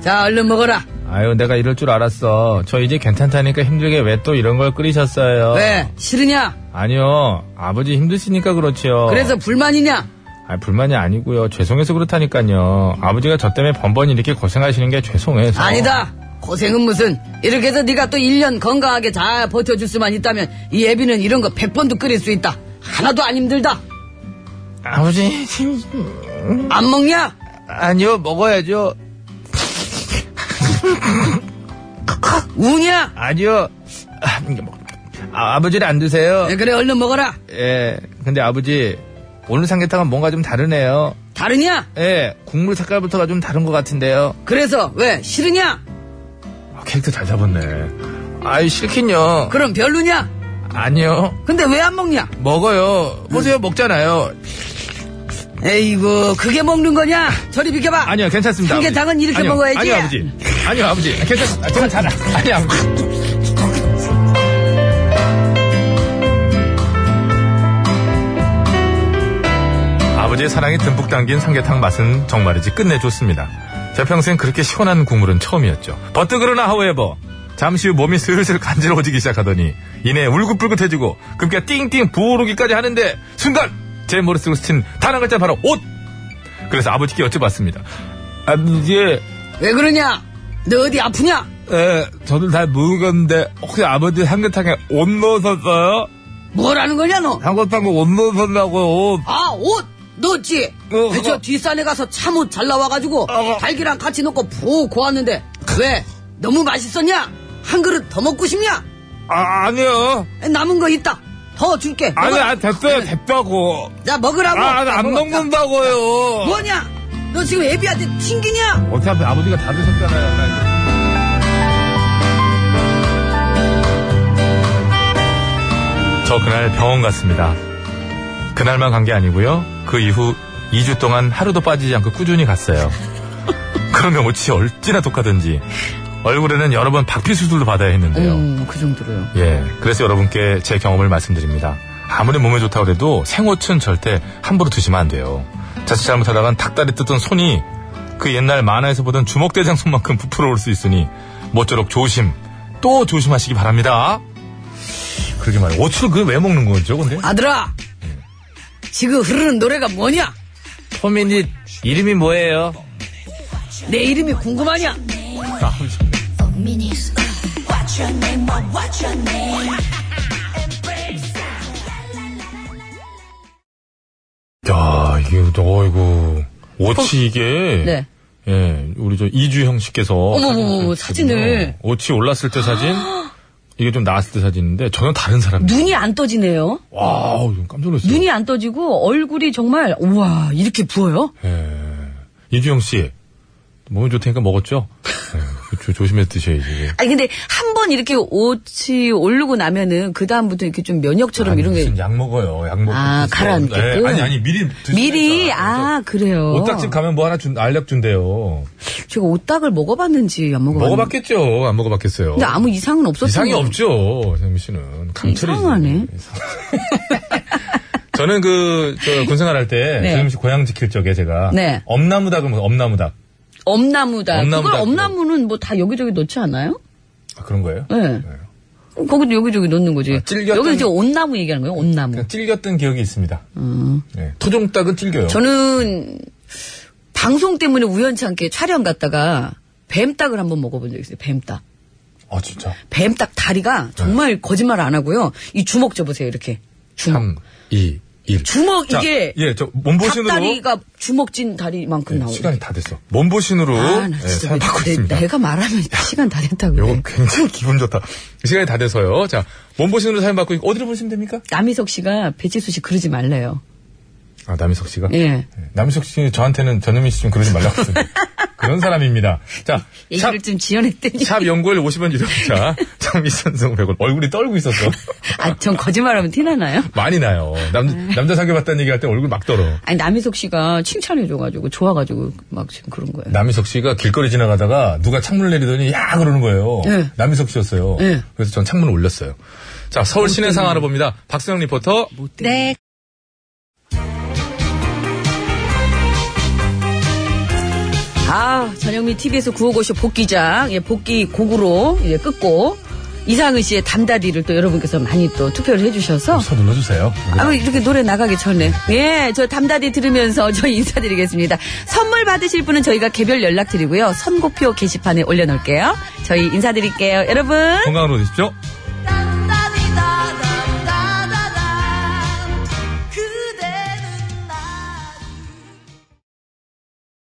자, 얼른 먹어라.
아유, 내가 이럴 줄 알았어. 저 이제 괜찮다니까 힘들게 왜 또 이런 걸 끓이셨어요?
왜, 싫으냐?
아니요. 아버지 힘드시니까
어.
그렇지요.
그래서 불만이냐?
아, 불만이 아니고요. 죄송해서 그렇다니까요. 아버지가 저 때문에 번번이 이렇게 고생하시는 게 죄송해서.
아니다. 고생은 무슨. 이렇게 해서 네가 또 1년 건강하게 잘 버텨줄 수만 있다면 이 애비는 이런 거 100번도 끓일 수 있다. 하나도 안 힘들다.
아버지.
안 먹냐?
아니요, 먹어야죠.
우냐?
아니요. 아, 버지를안 드세요?
네, 그래, 얼른 먹어라.
예. 근데 아버지, 오늘 삼계탕은 뭔가 좀 다르네요.
다르냐?
예. 국물 색깔부터가 좀 다른 것 같은데요.
그래서 왜, 싫으냐?
캐릭터 아, 잘 잡았네. 아이, 싫긴요.
그럼 별로냐?
아니요.
근데 왜 안 먹냐?
먹어요. 보세요, 먹잖아요.
에이구, 그게 먹는 거냐? 저리 비켜봐.
아니요, 괜찮습니다.
삼계탕은
아버지.
이렇게
아니요,
먹어야지.
아니요, 아버지. 아니요, 아버지. 괜찮습니다. 제가 잘, 알- 아니요, 아버지.
아버지의 사랑이 듬뿍 담긴 삼계탕 맛은 정말이지 끝내줬습니다. 제 평생 그렇게 시원한 국물은 처음이었죠. 버뜨그러나 하우에버 잠시 후 몸이 슬슬 간지러워지기 시작하더니 이내 울긋불긋해지고 급기야 띵띵 부어오르기까지 하는데 순간 제 머릿속으로 스친 단 한 글자 바로 옷! 그래서 아버지께 여쭤봤습니다. 아버지
왜 그러냐? 너 어디 아프냐?
예, 저는 잘 모르겠는데, 혹시 아버지 삼계탕에 옷 넣으셨어요?
뭐라는 거냐, 너?
삼계탕에 옷 넣으셨다고요.
아, 옷! 넣었지?
그거.
저 뒷산에 가서 참옷 잘
아,
나와가지고 달기랑 같이 넣고 푹 고았는데 왜? 너무 맛있었냐? 한 그릇 더 먹고 싶냐?
아, 아니요.
남은 거 있다. 더 줄게.
아니,
먹어라.
아, 됐어요, 됐다고.
자, 먹으라고.
아, 나안
먹어.
먹는다고요.
뭐, 뭐냐? 너 지금 애비한테 튕기냐?
어차피 아버지가 다 드셨잖아요.
저 그날 병원 갔습니다. 그날만 간 게 아니고요. 그 이후 2주 동안 하루도 빠지지 않고 꾸준히 갔어요. 그러면 옷이 얼찌나 독하든지 얼굴에는 여러 번 박피 수술도 받아야 했는데요.
음, 그 정도로요.
예, 그래서 여러분께 제 경험을 말씀드립니다. 아무리 몸에 좋다고 해도 생옷은 절대 함부로 드시면 안 돼요. 자칫 잘못하다간 닭다리 뜯던 손이 그 옛날 만화에서 보던 주먹대장 손만큼 부풀어 올 수 있으니 모쪼록 조심, 또 조심하시기 바랍니다. 그러게 말이에요. 옷을 그왜 먹는 거죠, 근데?
아들아! 지금 흐르는 노래가 뭐냐?
포미닛, 이름이 뭐예요?
내 이름이 궁금하냐?
What's your name? What's your name?
야, 이게, 어이구. 워치 이게
네.
예, 우리 저 이주형 씨께서
어머머머, 사진을.
워치 올랐을 때 사진 이게 좀 나왔을 때 사진인데 전혀 다른 사람이에요.
눈이 안 떠지네요.
와우, 좀 깜짝 놀랐어요.
눈이 안 떠지고 얼굴이 정말 우와 이렇게 부어요.
이주영 씨. 몸이 좋다니까 먹었죠? 예, 조, 조심해서 드셔야지. 이게.
아니 근데 한 번 이렇게 옷이 오르고 나면은 그 다음부터 이렇게 좀 면역처럼
아니,
이런 게
무슨 약 먹어요. 약 먹고.
아,
드세요.
가라앉게끔?
예, 아니, 아니, 미리 드시면
미리 아 그래요.
오딱집 가면 뭐 하나 준, 알약 준대요.
제가 오딱을 먹어봤는지 안 먹어봤는지.
먹어봤겠죠. 안 먹어봤겠어요.
근데 아무 이상은 없었어요.
이상이 없죠. 장미 씨는. 강철이
이상하네.
저는 그, 저, 군생활 할 때,
네.
조임씨 고향 지킬 적에 제가,
네.
엄나무닭을 먹어요, 엄나무닭.
엄나무다.
엄나무다
그걸
그거.
엄나무는 뭐 다 여기저기 넣지 않아요?
아, 그런 거예요? 아,
예. 거기도 여기저기 넣는 거지. 여기 이제 온나무 얘기하는 거예요? 온나무.
그냥 찔겼던 기억이 있습니다.
음.
예. 토종닭은 찔겨요.
저는 방송 때문에 우연치 않게 촬영 갔다가 뱀닭을 한번 먹어본 적 있어요. 뱀닭.
아, 진짜.
뱀닭 다리가
네.
정말 거짓말 안 하고요. 이 주먹 줘보세요. 이렇게. 주먹.
3, 2, 1.
주먹 이게
예, 저, 몸보신으로. 예,
닭다리가 주먹진 다리만큼 나오고.
네, 시간이 다 됐어. 몸보신으로.
아, 나
예,
진짜 네.
사연
내-
받고
내-
있습니다.
내가 말하면 시간 다 됐다고.
요건 굉장히 기분 좋다. 시간이 다 돼서요. 자, 몸보신으로 사연 받고, 있- 어디로 보시면 됩니까?
남희석 씨가 배지수 씨 그러지 말래요.
아, 남희석 씨가? 네,
예.
남희석 씨 저한테는 전현민 씨 좀 그러지 말라고 했어요. 그런 사람입니다. 자,
얘기를 좀 지연했더니.
샵 연구일 50원 유료자 장미 선성 100원. 얼굴이 떨고 있었어.
아, 전 거짓말하면 티나나요?
많이 나요. 남,
아.
남자 사귀어 봤다는 얘기할 때 얼굴 막 떨어.
아니, 남희석 씨가 칭찬해줘가지고, 좋아가지고, 막 지금 그런 거예요.
남희석 씨가 길거리 지나가다가 누가 창문을 내리더니 야 그러는 거예요.
네.
남희석 씨였어요.
네.
그래서 전 창문을 올렸어요. 자, 서울 시내 상황 알아봅니다. 박수영 리포터.
네. 아, 전영미 TV에서 구호고쇼 복귀장, 예, 복귀 곡으로, 예, 끝고, 이상은 씨의 담다디를 또 여러분께서 많이 또 투표를 해주셔서,
서 눌러주세요.
아, 이렇게 노래 나가기 전에. 예, 저 담다디 들으면서 저희 인사드리겠습니다. 선물 받으실 분은 저희가 개별 연락드리고요. 선고표 게시판에 올려놓을게요. 저희 인사드릴게요. 여러분.
건강으로 되십시오.